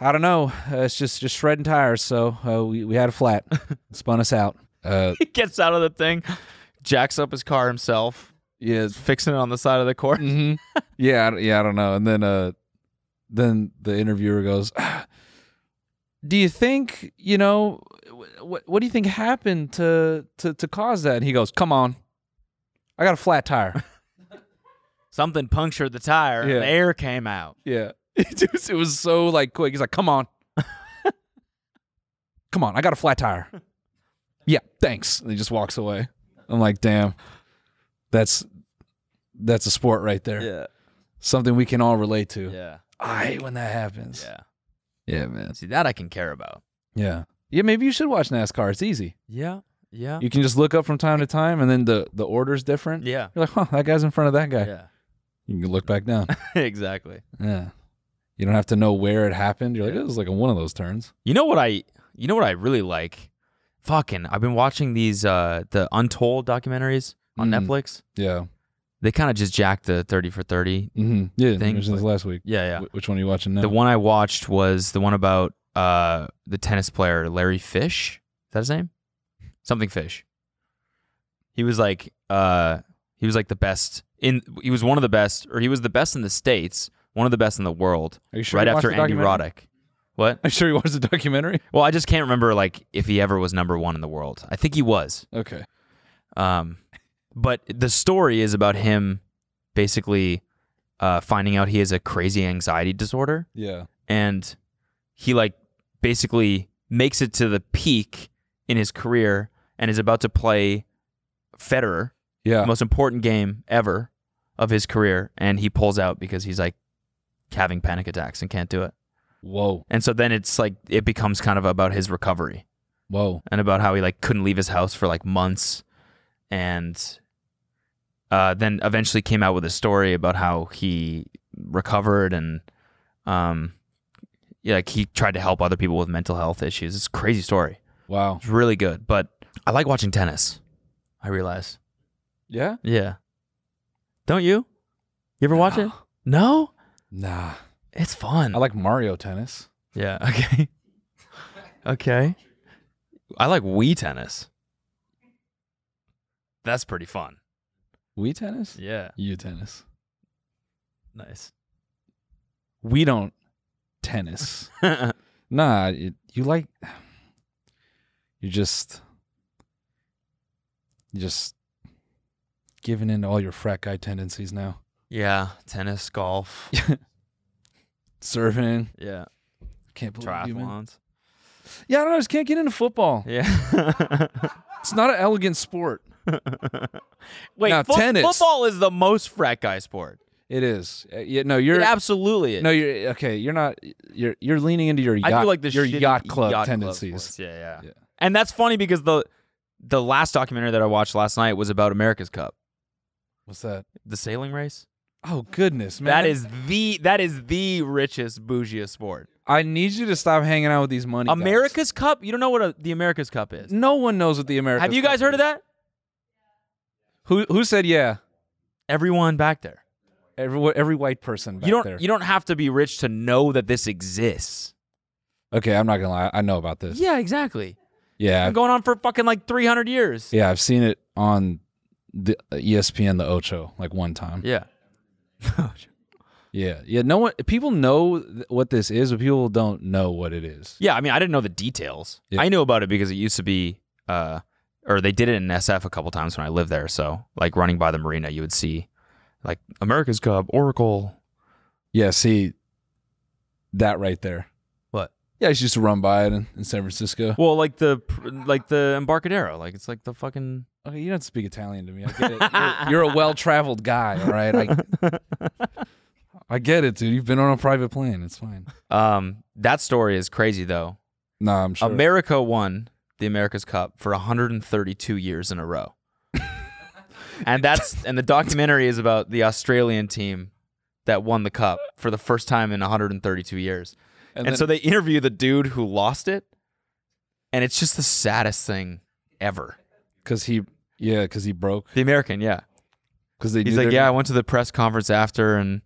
I don't know. Uh, it's just just shredding tires. So uh, we, we had a flat, spun us out. Uh, he gets out of the thing jacks up his car himself yeah, fixing it on the side of the court. hmm yeah, I, don't- yeah, I don't know. And then, uh, then the interviewer goes, "Ah, "Do you think you know what? What do you think happened to to to cause that?" And he goes, "Come on, I got a flat tire." It's something punctured the tire Yeah. and the air came out. Yeah. It was, it was so like quick. He's like, come on. come on. I got a flat tire. yeah. Thanks. And he just walks away. I'm like, damn. That's that's a sport right there. Yeah. Something we can all relate to. Yeah. I hate when that happens. Yeah. Yeah, man. See, that I can care about. Yeah. Yeah, maybe you should watch NASCAR. It's easy. Yeah. Yeah. You can just look up from time to time and then the, the order's different. Yeah. You're like, huh, that guy's in front of that guy. Yeah. You can look back down. exactly. yeah. You don't have to know where it happened. You're like, it was like one of those turns. You know what I you know what I really like? Fucking I've been watching these uh the untold documentaries on Mm. Netflix. Yeah. They kind of just jacked the 30 for 30. Mm-hmm. Yeah, thing, it was since but- last week. Yeah, yeah. Wh- Which one are you watching now? The one I watched was the one about uh the tennis player Larry Fish. Is that his name? Something Fish. He was like uh he was like the best in he was one of the best or he was the best in the states, one of the best in the world. Are you sure right you watched after the Andy documentary? Roddick. What? I'm sure you watched the documentary. Well, I just can't remember like if he ever was number 1 in the world. I think he was. Okay. Um, but the story is about him basically uh, finding out he has a crazy anxiety disorder, Yeah. and he like basically makes it to the peak in his career and is about to play Federer, Yeah. the most important game ever of his career, and he pulls out because he's like having panic attacks and can't do it. Whoa. And so then it's like it becomes kind of about his recovery Whoa. and about how he like couldn't leave his house for like months and uh, then eventually came out with a story about how he recovered and um yeah, like he tried to help other people with mental health issues. It's a crazy story. Wow. It's really good, but I like watching tennis. I realize. Yeah. Yeah. Don't you? You ever watch it? No? Nah. It's fun. I like Mario tennis. Yeah, okay. okay. I like Wii tennis. That's pretty fun. We tennis. Yeah. You tennis. Nice. We don't tennis. Nah, it, you like you just you just giving in to all your frat guy tendencies now. yeah, tennis, golf. Surfing, Yeah. can't believe you, man. Triathlons. Yeah, I don't know. I just can't get into football. Yeah. It's not an elegant sport. Wait, Now, fo- tennis. football is the most frat guy sport. It is. Uh, yeah, no, It you're absolutely is. no, you're okay. You're not. You're you're leaning into your yacht, I do like the your shitty yacht club yacht tendencies. sports. yeah, yeah, Yeah. And that's funny because the the last documentary that I watched last night was about America's Cup, What's that? the sailing race. Oh goodness, man! That is the that is the richest bougiest sport. I need you to stop hanging out with these money. guys. America's Cup. You don't know what a, the America's Cup is. No one knows what the America. Have you guys heard of that? Who who said yeah? Everyone back there. Every every white person. Back you don't. There. You don't have to be rich to know that this exists. okay, I'm not gonna lie. I know about this. Yeah, Yeah, exactly. yeah, Been I've, going on for fucking like three hundred years. yeah. I've seen it on the uh, E ESPN, the Ocho, like one time. Yeah. Yeah, yeah. No one. People know th- what this is, but people don't know what it is. Yeah, I mean, I didn't know the details. Yeah. I knew about it because it used to be, uh, or they did it in SF a couple times when I lived there. So, like running by the marina, you would see, like America's Cup, Oracle. Yeah, see that right there. What? Yeah, I used to run by it in, in San Francisco. Well, like the like the Embarcadero, like it's like the fucking Okay, Oh, you don't have to speak Italian to me. I get it. You're, you're a well-traveled guy, all right? I, I get it, dude. You've been on a private plane. It's fine. Um, that story is crazy though. Nah, I'm sure. America won the America's Cup for 132 years in a row, and that's and the documentary is about the Australian team that won the cup for the first time in 132 years. And, then- so they interview the dude who lost it, and it's just the saddest thing ever. Because he, yeah, because he broke. The American, yeah, Because they he's knew like, they- yeah, I went to the press conference after, and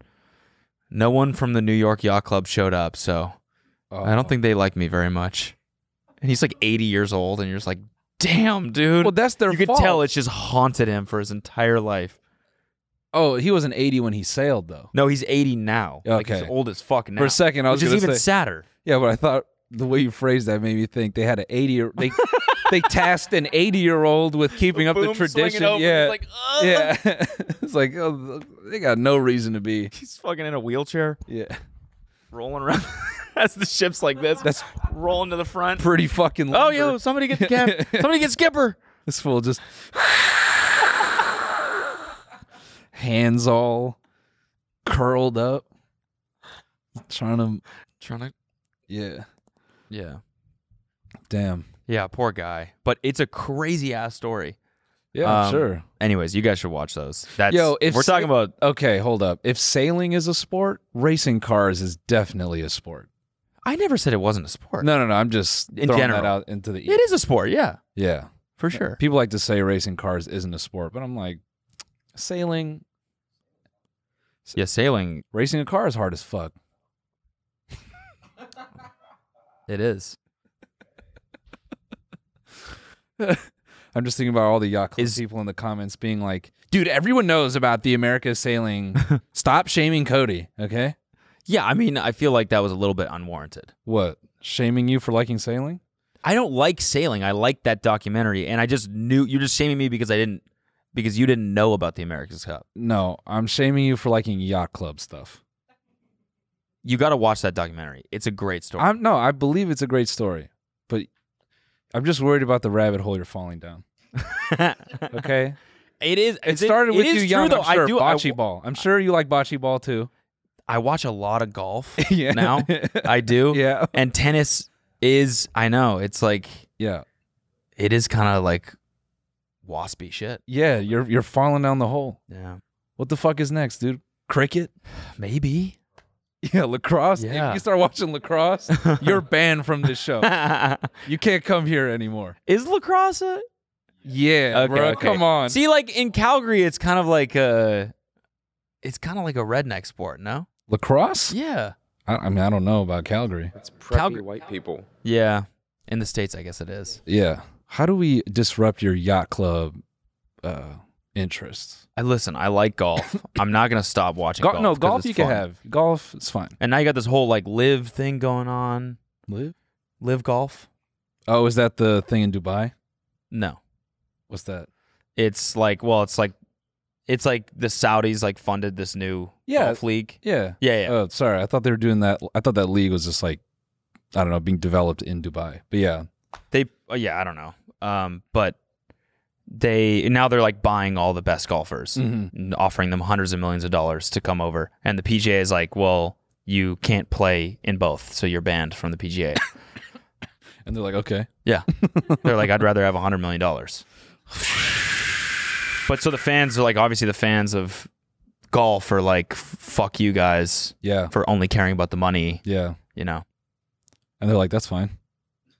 no one from the New York Yacht Club showed up, so. Oh. I don't think they like me very much. And he's like 80 years old, and you're just like, damn, dude. Well, that's their you could fault. tell it's just haunted him for his entire life. Oh, he wasn't 80 when he sailed, though. No, he's 80 now. Like, he's Okay. old as fuck now. For a second, I was which is gonna even say- sadder. Yeah, but I thought the way you phrased that made me think they had an 80 year they they tasked an 80 year old with keeping up the Boom, swing it tradition. over, it's yeah. like, "Ugh." yeah. it's like oh, they got no reason to be. He's fucking in a wheelchair, Yeah. rolling around as the ship's like this. That's rolling to the front. Pretty fucking Oh, lumber. yo, somebody get the cap. somebody get Skipper. This fool just hands all curled up, trying to, Trying to. yeah, Yeah. damn, Yeah, poor guy. But it's a crazy ass story. yeah, I'm Um, sure. Anyways, you guys should watch those. That's Yo, if we're sa- talking about. Okay, hold up. If sailing is a sport, racing cars is definitely a sport. I never said it wasn't a sport. No, no, no. I'm just In throwing general. that out into the e-, it is a sport. Yeah, yeah. for sure. People like to say racing cars isn't a sport, but I'm like, sailing, Yeah, sailing. racing a car is hard as fuck. It is. I'm just thinking about all the yacht club Is- people in the comments being like, "Dude, everyone knows about the America sailing. Stop shaming Cody, okay? Yeah, I mean, I feel like that was a little bit unwarranted. What shaming you for liking sailing? I don't like sailing. I like that documentary, and I just knew you're just shaming me because I didn't because you didn't know about the America's Cup. No, I'm shaming you for liking yacht club stuff. You got to watch that documentary. It's a great story. I'm no, I believe it's a great story, but I'm just worried about the rabbit hole you're falling down. Okay, it is. it started with it you is young. True, though. I'm sure, I do. I, bocce ball. I'm sure you like bocce ball too. I watch a lot of golf Yeah. now. I do. Yeah, And tennis is. I know. It's like yeah, it is kind of like waspy shit. yeah. You're you're falling down the hole. Yeah. What the fuck is next, dude? Cricket? Maybe. Yeah, lacrosse. Yeah. If you start watching lacrosse, you're banned from this show. You can't come here anymore. is lacrosse a- Yeah, Okay, bro. okay. Come on. See, like in Calgary, it's kind of like a, it's kind of like a redneck sport, no? lacrosse? Yeah. I, I mean, I don't know about Calgary. It's preppy Calgary- white people. Yeah. In the states, I guess it is. Yeah. How do we disrupt your yacht club uh, interests? I listen. I like golf. I'm not gonna stop watching. Go- golf no, 'cause golf it's you fun. can have. Golf, it's fine. And now you got this whole like live thing going on. Live? Live golf? Oh, is that the thing in Dubai? No. What's that? It's like well, it's like, it's like the Saudis like funded this new Yeah. golf league. Yeah. Yeah, yeah. Oh, sorry. I thought they were doing that. I thought that league was just like, I don't know, being developed in Dubai. But yeah. they uh, yeah i don't know um but they now they're like buying all the best golfers Mhm. and offering them hundreds of millions of dollars to come over and the pga is like well you can't play in both so you're banned from the pga And they're like, okay. yeah they're like i'd rather have a hundred million dollars but so the fans are like obviously the fans of golf are like "F- fuck you guys Yeah. for only caring about the money Yeah. you know And they're like, that's fine.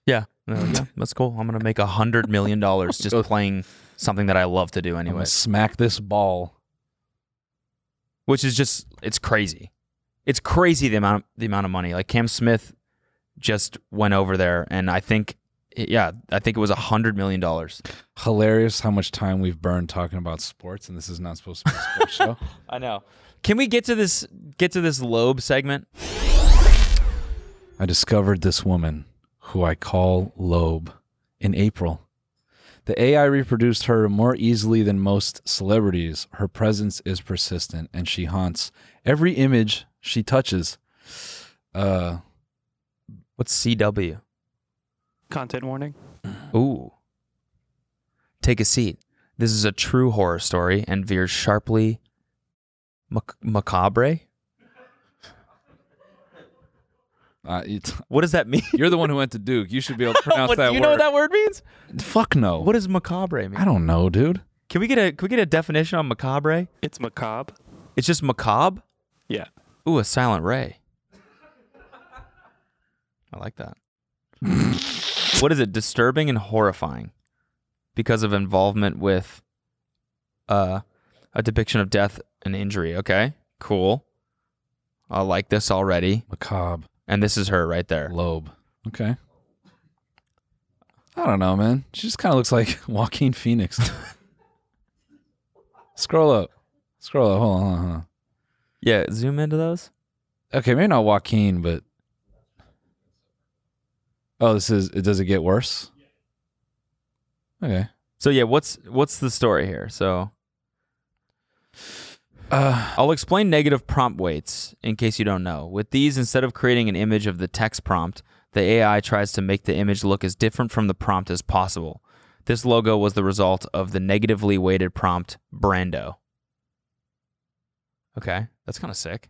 yeah, And they're like, yeah that's cool i'm gonna make a hundred million dollars just playing something that i love to do I'm anyway gonna smack this ball. which is just it's crazy. It's crazy the amount the amount of money. Like Cam Smith just went over there, and I think yeah, I think it was a hundred million dollars. Hilarious how much time we've burned talking about sports, and this is not supposed to be a sports show. I know. Can we get to this get to this lobe segment? I discovered this woman who I call Loeb in April. The AI reproduced her more easily than most celebrities. Her presence is persistent and she haunts every image she touches. Uh, What's CW? Content warning. Ooh. Take a seat. This is a true horror story and veers sharply mac- macabre. uh, it's, What does that mean? you're the one who went to Duke. You should be able to pronounce What- that do you word. know what that word means? Fuck no. What does macabre mean? I don't know, dude. Can we get a can we get a definition on macabre? It's macabre. It's just macabre. Yeah. Ooh, a silent ray. I like that. what is it? Disturbing and horrifying because of involvement with uh, a depiction of death and injury. Okay, cool. I like this already. Macabre. And this is her right there. Loeb. Okay. I don't know, man. She just kind of looks like Joaquin Phoenix. Scroll up. Scroll up. Hold on, hold on, hold on. Yeah, zoom into those. Okay, maybe not Joaquin, but Oh, this is. It does it get worse? Okay. So yeah, what's what's the story here? So Uh, I'll explain negative prompt weights in case you don't know. With these, instead of creating an image of the text prompt, the AI tries to make the image look as different from the prompt as possible. This logo was the result of the negatively weighted prompt Brando. Okay, that's kind of sick.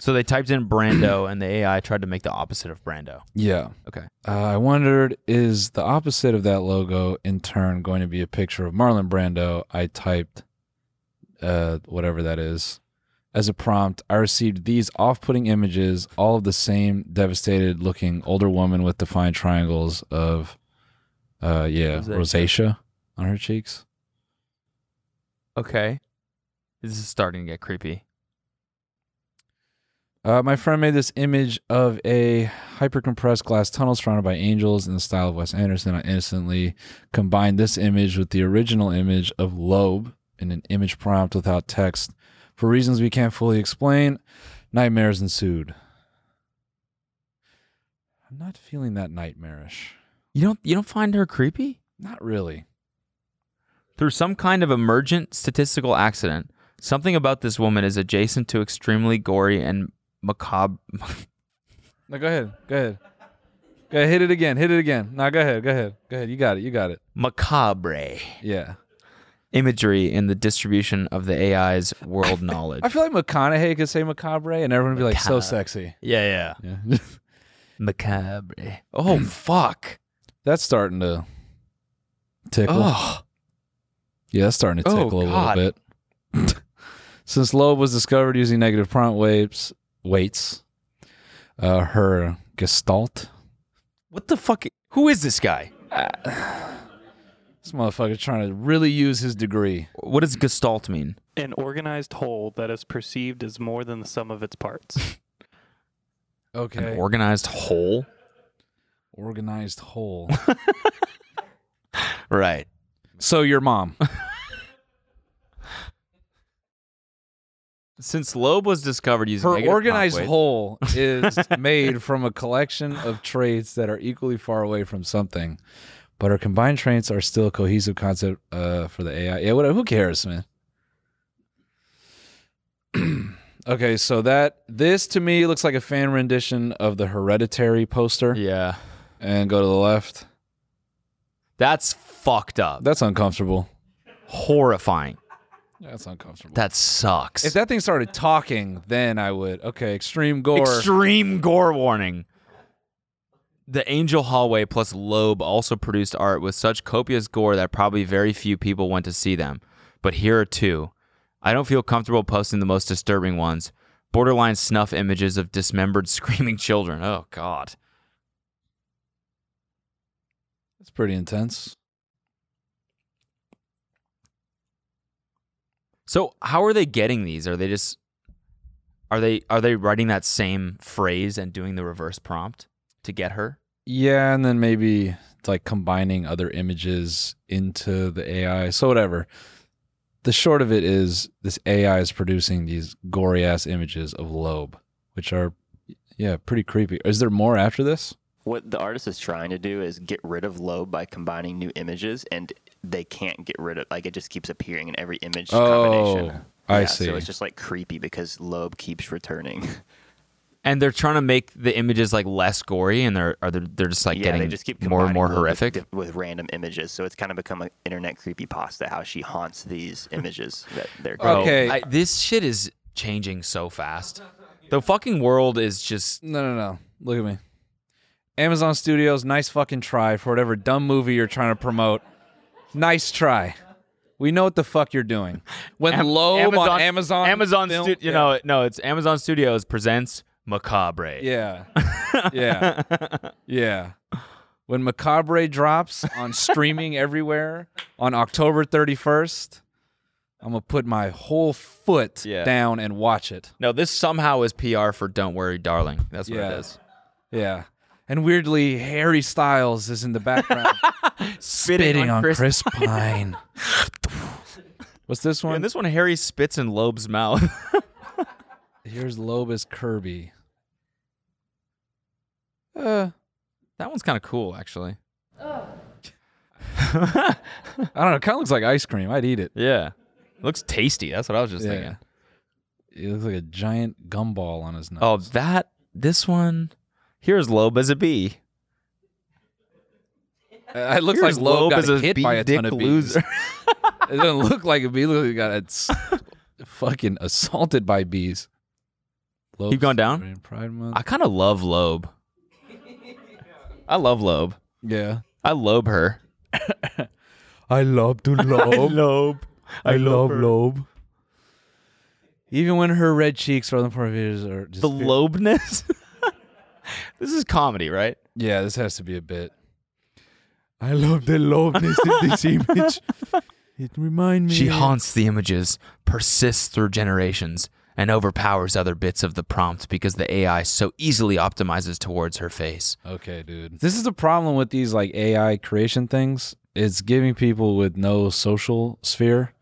So they typed in Brando and the AI tried to make the opposite of Brando. yeah. Okay. Uh, I wondered is the opposite of that logo in turn going to be a picture of Marlon Brando? I typed uh, whatever that is as a prompt. I received these off putting images, all of the same devastated looking older woman with defined triangles of, uh, yeah, Rosacea. rosacea on her cheeks. Okay. This is starting to get creepy. Uh, my friend made this image of a hyper-compressed glass tunnel surrounded by angels in the style of Wes Anderson. I innocently combined this image with the original image of Loeb in an image prompt without text. For reasons we can't fully explain, nightmares ensued. I'm not feeling that nightmarish. You don't you don't find her creepy? Not really. Through some kind of emergent statistical accident, something about this woman is adjacent to extremely gory and macabre. No, go ahead. Go ahead. Go ahead. Hit it again. Hit it again. No, go ahead. Go ahead. Go ahead. You got it. You got it. macabre Yeah. imagery in the distribution of the AI's world knowledge. I feel like McConaughey could say macabre, and everyone would be like, so Macabre. sexy. yeah, yeah. Yeah. Macabre. Oh, fuck. That's starting to tickle. Oh. Yeah, that's starting to Oh, tickle a little God. bit. Since Loeb was discovered using negative prompt waves, weights, uh, her gestalt. What the fuck? Who is this guy? This motherfucker's trying to really use his degree. What does gestalt mean? An organized whole that is perceived as more than the sum of its parts. Okay. An organized whole? Organized whole. Right. so your mom. Since Loeb was discovered using Her negative prompt organized weights- whole is made from a collection of traits that are equally far away from something, but her combined traits are still a cohesive concept uh, for the AI. Yeah, what, who cares, man? okay, so that this to me looks like a fan rendition of the Hereditary poster. Yeah. And go to the left. That's fucked up. That's uncomfortable. horrifying. That's uncomfortable. That sucks. if that thing started talking, then I would. Okay, extreme gore. Extreme gore warning. The Angel Hallway plus Loeb also produced art with such copious gore that probably very few people went to see them. But here are two. I don't feel comfortable posting the most disturbing ones. Borderline snuff images of dismembered screaming children. Oh god. That's pretty intense. So how are they getting these? Are they just are they are they writing that same phrase and doing the reverse prompt to get her? Yeah, and then maybe it's like combining other images into the AI. So whatever. The short of it is this AI is producing these gory ass images of Loeb, which are yeah, pretty creepy. Is there more after this? What the artist is trying to do is get rid of low by combining new images, and they can't get rid of like it just keeps appearing in every image Oh, combination. Oh, I Yeah, see. So it's just like creepy because Loeb keeps returning. and they're trying to make the images like less gory and they're are they, they're just like yeah, getting they just keep more and combining more Loeb with horrific diff- with, random images. So it's kind of become an internet creepy pasta how she haunts these images that they're. Oh, Okay. creating. I, this shit is changing so fast the fucking world is just No, no, no. Look at me. Amazon Studios, nice fucking try for whatever dumb movie you're trying to promote. Nice try. We know what the fuck you're doing. When Am- Loeb on Amazon, Amazon film- Stu- you know no it's Amazon Studios presents Macabre Yeah. Yeah. yeah. When Macabre drops on streaming everywhere on October 31st, I'm going to put my whole foot Yeah. down and watch it. no this somehow is PR for Don't Worry Darling that's what Yeah. it is Yeah. And weirdly, Harry Styles is in the background spitting, Chris Pine. What's this one? and this one Harry spits in Loeb's mouth Here's Lobus Kirby. Uh, That one's kind of cool, actually. I don't know. It kind of looks like ice cream. I'd eat it. Yeah. Looks tasty. That's what I was just thinking. It looks like a giant gumball on his nose. Oh, that this one. Here's Loeb as a bee. Uh, it looks Here's like Loeb, Loeb got as a hit by a bee ton dick of loser. bees. it doesn't look like a bee. It looks like he got its fucking assaulted by bees. Loeb's Keep going down. Australian Pride Month. I kind of love Loeb. I love Loeb. Yeah. I lobe her. I love to lobe. lobe. I love her. lobe. Even when her red cheeks are the poor videos are just The lobeness. this is comedy, right? Yeah, this has to be a bit. I love the lobeness in this image. It reminds me. She of- haunts the images, persists through generations, and overpowers other bits of the prompt because the AI so easily optimizes towards her face. Okay, dude. This is the problem with these like AI creation things. It's giving people with no social sphere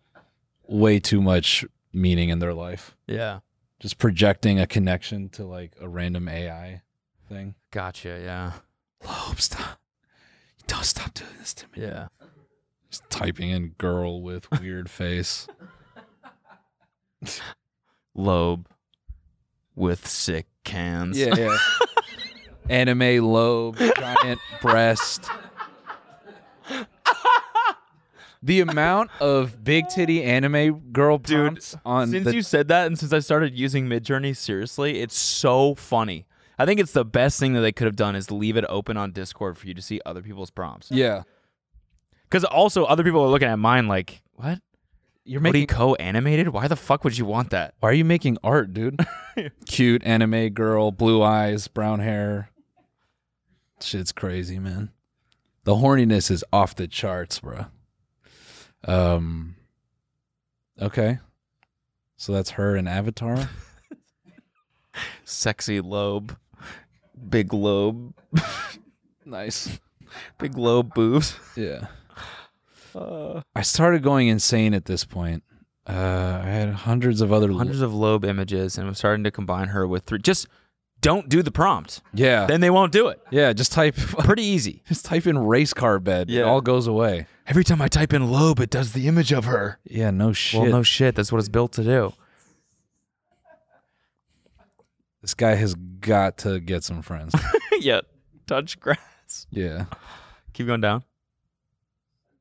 way too much meaning in their life. Yeah. Just projecting a connection to like a random AI thing. Gotcha, yeah. Lobe, stop. Don't stop doing this to me. Yeah. Just typing in girl with weird face. Lobe with sick cans. Yeah, yeah. Anime lobe, giant breast. The amount of big titty anime girl prompts on since the, you said that and since I started using Midjourney seriously, it's so funny. I think it's the best thing that they could have done is leave it open on Discord for you to see other people's prompts. yeah, Because also other people are looking at mine like, what? You're making co-animated? Why the fuck would you want that? why are you making art, dude? Cute anime girl, blue eyes, brown hair. Shit's crazy, man. The horniness is off the charts, bro. Um. Okay, so that's her in Avatar. Sexy lobe, big lobe, nice, big lobe boobs. Yeah. Uh. I started going insane at this point. Uh, I had hundreds of other hundreds of lobe images, and I'm starting to combine her with three. Just don't do the prompt. Yeah. Then they won't do it. Yeah, just type pretty easy. Just type in race car bed. It all goes away. Every time I type in lobe, it does the image of her. Yeah, no shit. Well, no shit. That's what it's built to do. This guy has got to get some friends. yeah. Touch grass. yeah. Keep going down.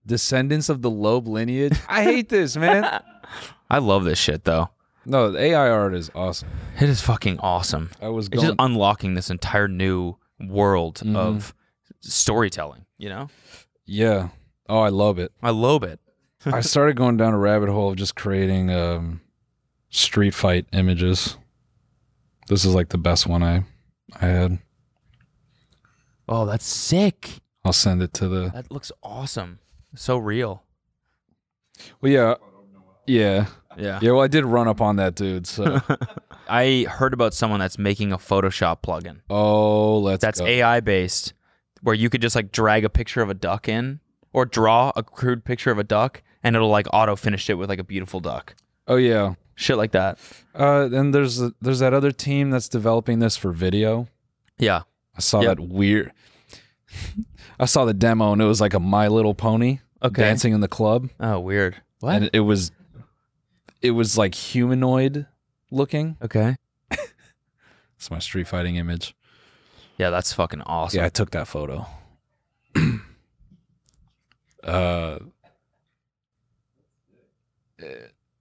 Descendants of the Loeb lineage. I hate this, man. I love this shit though. No, the AI art is awesome. It is fucking awesome. I was It's just going- unlocking this entire new world Mhm. of storytelling. You know, Yeah. Oh, I love it. I love it. I started going down a rabbit hole of just creating um, street fight images. This is like the best one I I had. Oh, that's sick. I'll send it to the That looks awesome. So real. Well, yeah, yeah, Yeah. yeah. Well, I did run up on that dude. So, I heard about someone that's making a Photoshop plugin. oh, let's. That's go. AI based, where you could just like drag a picture of a duck in, or draw a crude picture of a duck, and it'll like auto finish it with like a beautiful duck. Oh yeah, shit like that. Uh, then there's there's that other team that's developing this for video. Yeah. I saw Yep. that weird. I saw the demo and it was like a My Little Pony Okay. dancing in the club. Oh, weird. What? And it was, it was like humanoid looking. Okay. It's my street fighting image. Yeah, that's fucking awesome. Yeah, I took that photo. uh,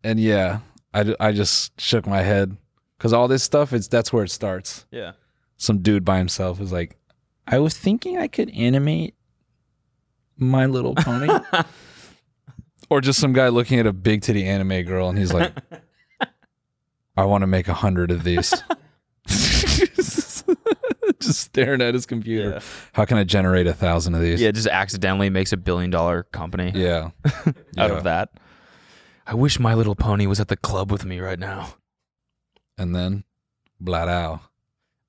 and yeah, I, d- I just shook my head because all this stuff it's that's where it starts. Yeah. some dude by himself is like, I was thinking I could animate My Little Pony, or just some guy looking at a big titty anime girl and he's like, I want to make a hundred of these. just staring at his computer. How can I generate a thousand of these? Yeah, just accidentally makes a billion dollar company. Yeah. Out Yeah. of that. I wish My Little Pony was at the club with me right now. And then, blat out.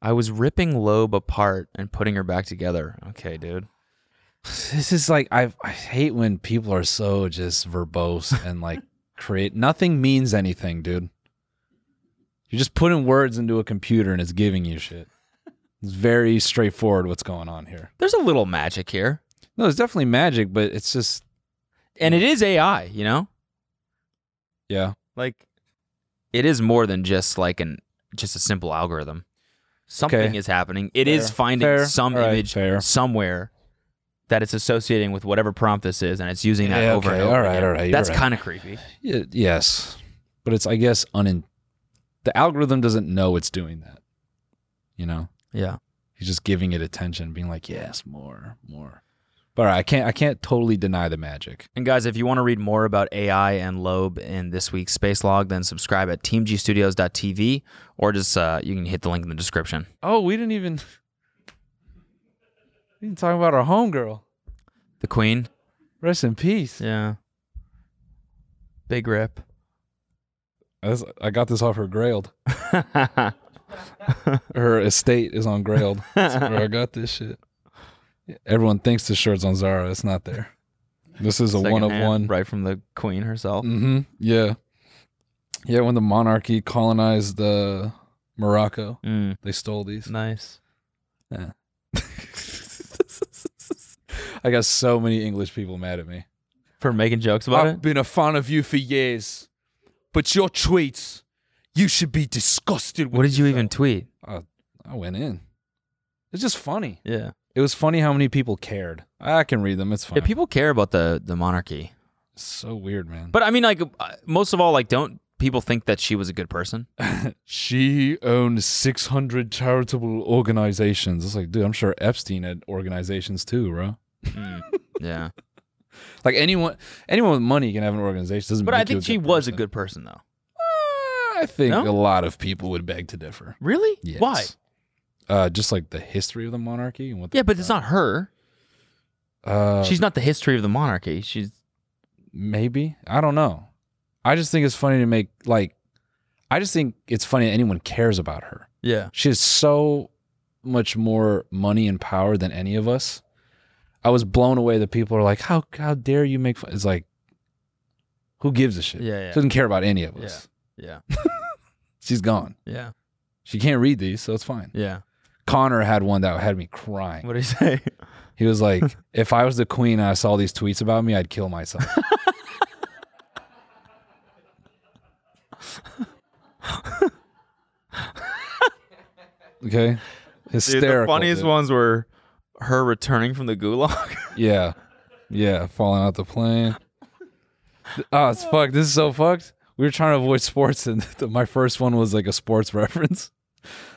I was ripping Loeb apart and putting her back together. Okay, dude. This is like I I hate when people are so just verbose and like create nothing means anything, dude. You're just putting words into a computer and it's giving you shit. It's very straightforward what's going on here. There's a little magic here. No, it's definitely magic, but it's just And it is AI, you know? Yeah. Like it is more than just like an just a simple algorithm. Something Okay. is happening. It is Fair. finding Fair. some All right, image somewhere that it's associating with whatever prompt this is and it's using that Yeah, over okay. and over. All right, again. all right, you're That's right. kind of creepy. y- yes, but it's I guess unin. The algorithm doesn't know it's doing that. You know. Yeah. He's just giving it attention, being like, "Yes, more, more." But all right, I can't. I can't totally deny the magic. And guys, if you want to read more about AI and Loeb in this week's space log, then subscribe at teamgstudios.tv or just uh, you can hit the link in the description. Oh, we didn't even. We didn't talk about our homegirl. The Queen. Rest in peace. Yeah. Big rip. I got this off her Grailed. her estate is on Grailed. That's where I got this shit. Everyone thinks the shirt's on Zara. It's not there. This is a one of Secondhand, one. Right from the Queen herself. Mm-hmm. Yeah. Yeah, when the monarchy colonized uh, Morocco, Mm. they stole these. Nice. Yeah. I got so many English people mad at me. For making jokes about I've been a fan of you for years, but your tweets, you should be disgusted it? with. What did you even tweet? I, I went in. It's just funny. Yeah. It was funny how many people cared. I can read them. It's fine. Yeah, people care about the, the monarchy. It's so weird, man. But I mean, like, uh, most of all, like, don't people think that she was a good person? She owns 600 charitable organizations. It's like, dude, I'm sure Epstein had organizations too, bro. yeah. Like anyone, anyone with money can have an organization. Doesn't But make I you think a she good was a good person, though. I think No? a lot of people would beg to differ. Really? Yes. Why? Uh, just like the history of the monarchy and what. Yeah, but it's not her. Uh, She's not the history of the monarchy. She's maybe I don't know. I just think it's funny to make like. I just think it's funny that anyone cares about her. Yeah. She has so much more money and power than any of us. I was blown away that people are like, "How how dare you make fun?" It's like, who gives a shit? Yeah, yeah. She doesn't care about any of us. Yeah. She's gone. Yeah. She can't read these, so it's fine. Yeah. Connor had one that had me crying. What did he say? He was like, if I was the queen and I saw these tweets about me, I'd kill myself. okay. Hysterical. the funniest dude. ones were her returning from the gulag. Yeah. Yeah. Falling out the plane. Oh, it's fucked. This is so fucked. We were trying to avoid sports, and my first one was like a sports reference.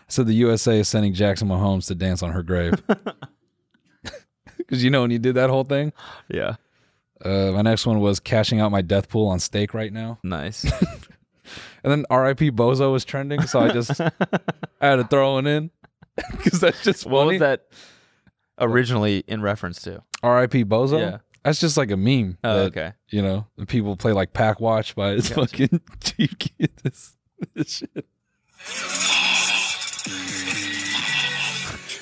So the USA is sending Jackson Mahomes to dance on her grave. Because you know, when you did that whole thing. Yeah. Uh, my next one was cashing out my death pool on steak right now. Nice. and then RIP Bozo was trending, so I just I had to throw it in because that's just what funny. was that originally in reference to? R.I.P. Bozo. Yeah. That's just like a meme. Oh, that, okay. You know, the people play like Pack Watch by his Gotcha. fucking. you get this, this shit.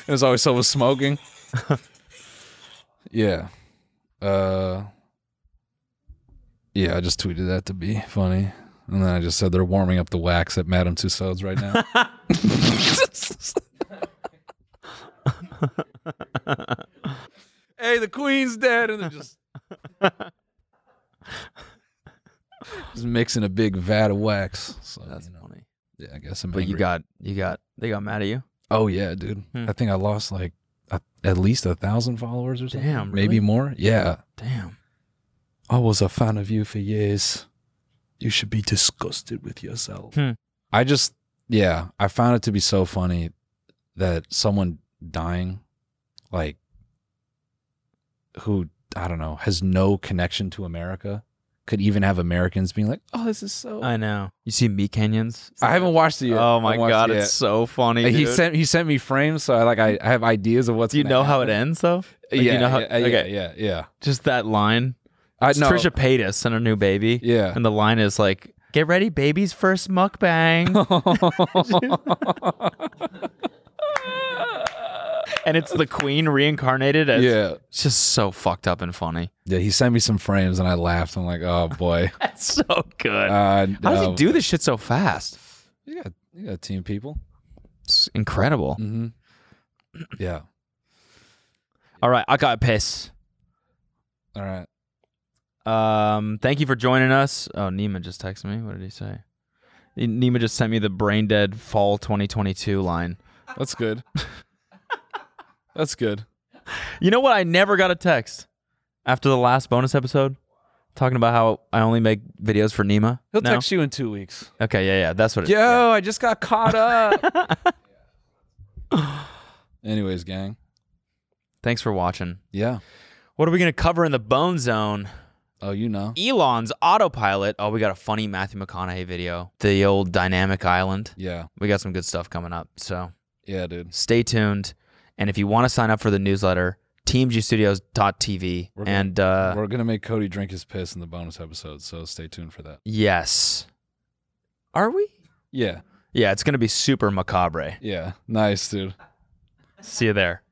There's always someone smoking. yeah. Uh. Yeah, I just tweeted that to be funny, and then I just said they're warming up the wax at Madame Tussauds right now. hey, the queen's dead, and they're just just mixing a big vat of wax. So, That's funny. Yeah, I guess I'm. But you angry. got you got they got mad at you. Oh yeah, dude. Hmm. I think I lost like a, at least a thousand followers or something. Damn, maybe really? more. Yeah. Damn. I was a fan of you for years. You should be disgusted with yourself. Hmm. I just, yeah, I found it to be so funny that someone dying, like, who I don't know has no connection to America, could even have Americans being like, Oh, this is so. I know. You see me Kenyans? I haven't watched it yet. Oh my I haven't watched god, it it's yet. so funny. Like, he dude. sent he sent me frames, so I like I, I have ideas of what's. Do you gonna know how it happen. ends though? Like, yeah, you know how, yeah, yeah, okay. yeah, yeah. Just that line. I- It's no. Trisha Paytas and her new baby. Yeah. And the line is like, "Get ready, baby's first mukbang." and it's the queen reincarnated as Yeah. It's just so fucked up and funny. Yeah, he sent me some frames, and I laughed. I'm like, oh boy. That's so good. Uh, How does no. he do this shit so fast? You got, you got team people. Mm. It's incredible. Mhm. yeah. All right, I got piss. All right. Um, thank you for joining us. Oh, Nima just texted me. What did he say? Ne- Nima just sent me the brain dead fall 2022 line. That's good. That's good. You know what? I never got a text after the last bonus episode talking about how I only make videos for Nima. He'll text you in two weeks. Okay, yeah, yeah. That's what it Yo, I just got caught up. Anyways, gang. Thanks for watching. Yeah. What are we going to cover in the bone zone? Oh, you know. Elon's autopilot. Oh, we got a funny Matthew McConaughey video. The old dynamic island. Yeah. We got some good stuff coming up. So, yeah, dude. Stay tuned. And if you want to sign up for the newsletter, teamgstudios.tv. We're gonna- and uh, We're gonna make Cody drink his piss in the bonus episode, so stay tuned for that. yes. Are we? Yeah. Yeah, it's going to be super macabre. Yeah. Nice, dude. See you there.